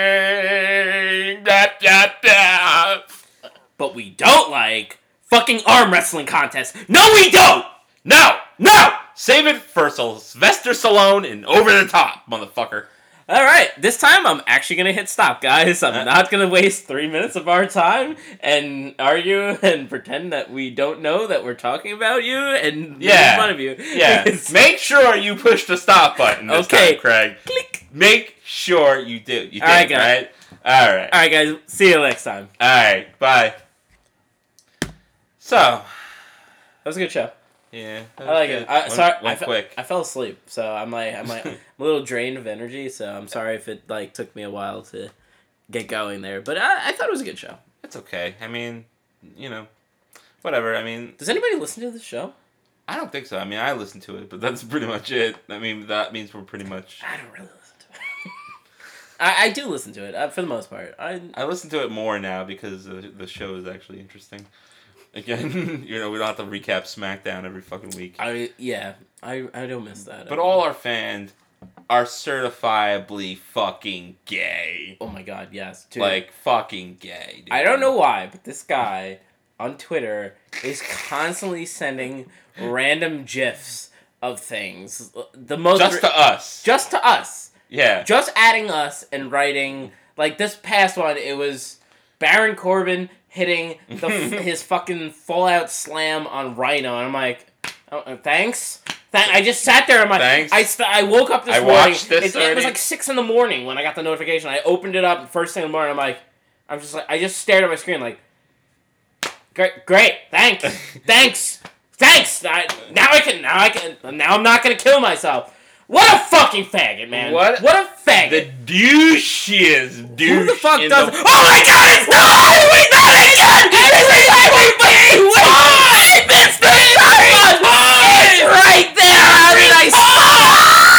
Speaker 6: wrestling. Da, da, da.
Speaker 5: But we don't like fucking arm wrestling contests. No, we don't!
Speaker 6: No! No! Save it for Sylvester Stallone and over the top, motherfucker.
Speaker 5: All right, this time I'm actually gonna hit stop, guys.
Speaker 6: Uh,
Speaker 5: I'm not gonna waste three minutes of our time and argue and pretend that we don't know that we're talking about you and
Speaker 6: Yeah.
Speaker 5: make fun of you.
Speaker 6: Yeah.
Speaker 5: It's-
Speaker 6: Make sure you push the stop button this
Speaker 5: Okay.
Speaker 6: time, Craig.
Speaker 5: click.
Speaker 6: Make sure you do. You
Speaker 5: All right,
Speaker 6: did,
Speaker 5: guys.
Speaker 6: right? All right.
Speaker 5: All right, guys. See you next time.
Speaker 6: All right. Bye. So,
Speaker 5: That was a good show.
Speaker 6: Yeah,
Speaker 5: I like it. I, sorry, I, fe-
Speaker 6: quick.
Speaker 5: I fell asleep, so I'm like, I'm like, I'm a little drained of energy. So I'm sorry if it like took me a while to get going there, but I, I thought it was a good show.
Speaker 6: it's okay. I mean, you know, whatever. I mean,
Speaker 5: Does anybody listen to this show?
Speaker 6: I don't think so. I mean, I listen to it, but that's pretty much it. I mean, that means we're pretty much.
Speaker 5: I don't really listen to it. I, I do listen to it uh, for the most part. I
Speaker 6: I listen to it more now because the, the show is actually interesting. Again, you know, we don't have to recap SmackDown every fucking week.
Speaker 5: I yeah, I I don't miss that.
Speaker 6: But all our fans are certifiably fucking gay.
Speaker 5: oh my god, yes, dude.
Speaker 6: Like fucking gay. dude.
Speaker 5: I don't know why, but this guy on Twitter is constantly sending random gifs of things. Uh, The most
Speaker 6: Just to us.
Speaker 5: just to us,
Speaker 6: yeah.
Speaker 5: just adding us and writing like this past one. It was Baron Corbin hitting the his fucking fallout slam on Rhino, and I'm like, oh, uh, thanks. Th- I just sat there. I'm like,
Speaker 6: Thanks.
Speaker 5: I, st- I woke up this
Speaker 6: I
Speaker 5: morning.
Speaker 6: watched this
Speaker 5: it, it was
Speaker 6: already.
Speaker 5: like six in the morning when I got the notification. I opened it up first thing in the morning. I'm like, I'm just like, I just stared at my screen like, great, great, thanks, thanks, thanks. I, now I can, now I can, now I'm not gonna kill myself. What a fucking faggot, man.
Speaker 6: What-
Speaker 5: What a faggot.
Speaker 6: The douchiest douche.
Speaker 5: Who the fuck
Speaker 6: in
Speaker 5: does?
Speaker 6: the-
Speaker 5: oh my god, it's not! We got it again! Every time we fucking wait! It's the
Speaker 6: Ah!
Speaker 5: time! It's right there! How did I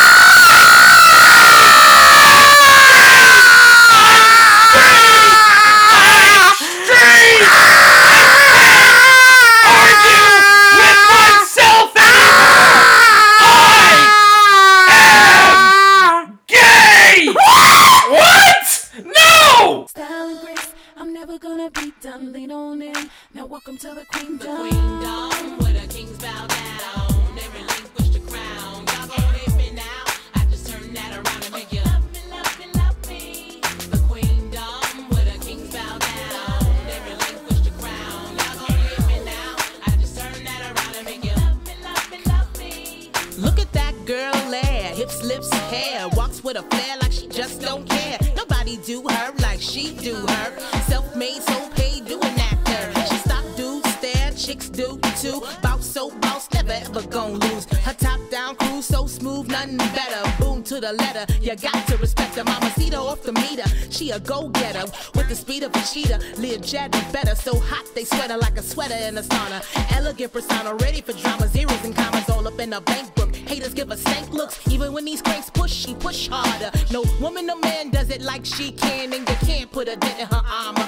Speaker 5: What? No!
Speaker 7: Style and grace, I'm never gonna be done. Lean on in. Now welcome to the queendom. The queendom, where the kings bow down. They relinquish the crown. Y'all gon' hit me now. I just turn that around and make you love me, love me, love me. The queendom, where the kings bow down. They relinquish the crown. Y'all gon' hit me now. I just turn that around and make you love me, love me, love me.
Speaker 8: Look at that girl there, hips, lips, hair, walks with a flair like she just don't care. Nobody do her like she do her. Self-made, so paid, do an actor. She stop, dudes stare, chicks do too. Bounce so bounce, never ever gon' lose. Her top down cruise so smooth, nothing better. Boom to the letter, you got to respect her. Mama Cita off the meter, she a go-getter with the speed of a cheetah. Lear Jed and better, so hot they sweat her like a sweater in a sauna. Elegant persona, ready for drama, zeros and commas all up in the bank book. Haters give her stank looks, even when these cranks push, she push harder. No woman or man does it like she can, and you can't put a dent in her armor.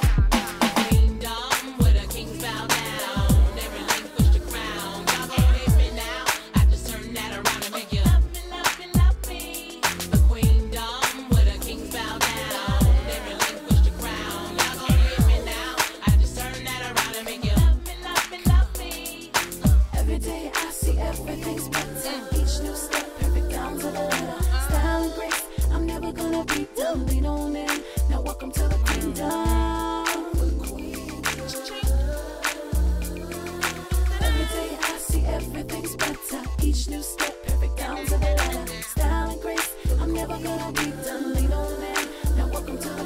Speaker 7: Queendom, where the kings bow down. They relinquish the crown. Y'all gon' hit me never gonna be done. Lean on in. Now welcome to the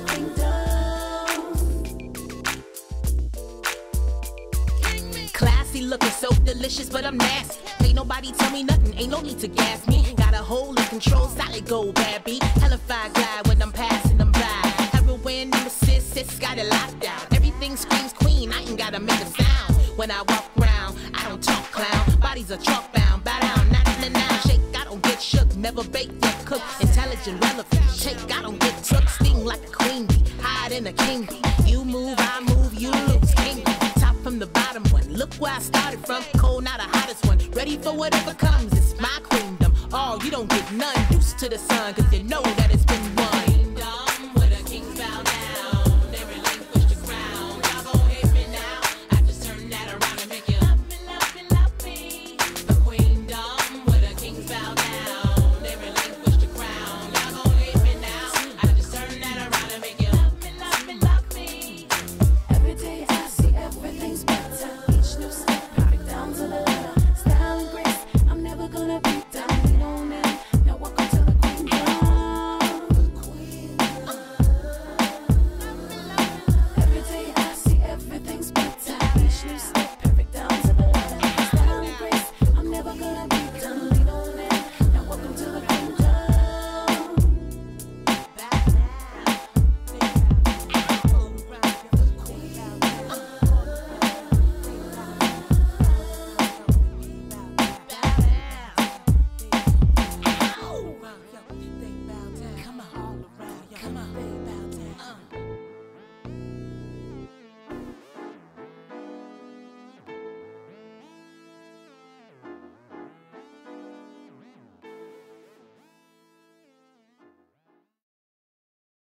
Speaker 7: kingdom.
Speaker 8: Classy, looking so delicious, but I'm nasty. Ain't nobody tell me nothing, ain't no need to gas me. Got a hole in control, solid gold, bad beat. Hellified glide when I'm passing them by. Heroin, I'm a sis, sis got it locked down. Everything screams queen, I ain't gotta make a sound. When I walk round, I don't talk clown. Bodies are chalk bound, bow down, not in the now. Shake, I don't get shook, never bake or cook. Intelligent, relevant, shake, I don't get took. Sting like a queen bee, hide in a king bee. You move, I move, you lose, king bee top from the bottom one. Look where I started from, cold, now the hottest one. Ready for whatever comes, it's my queendom. Oh, you don't get none, deuce to the sun, cause you know that it's been won.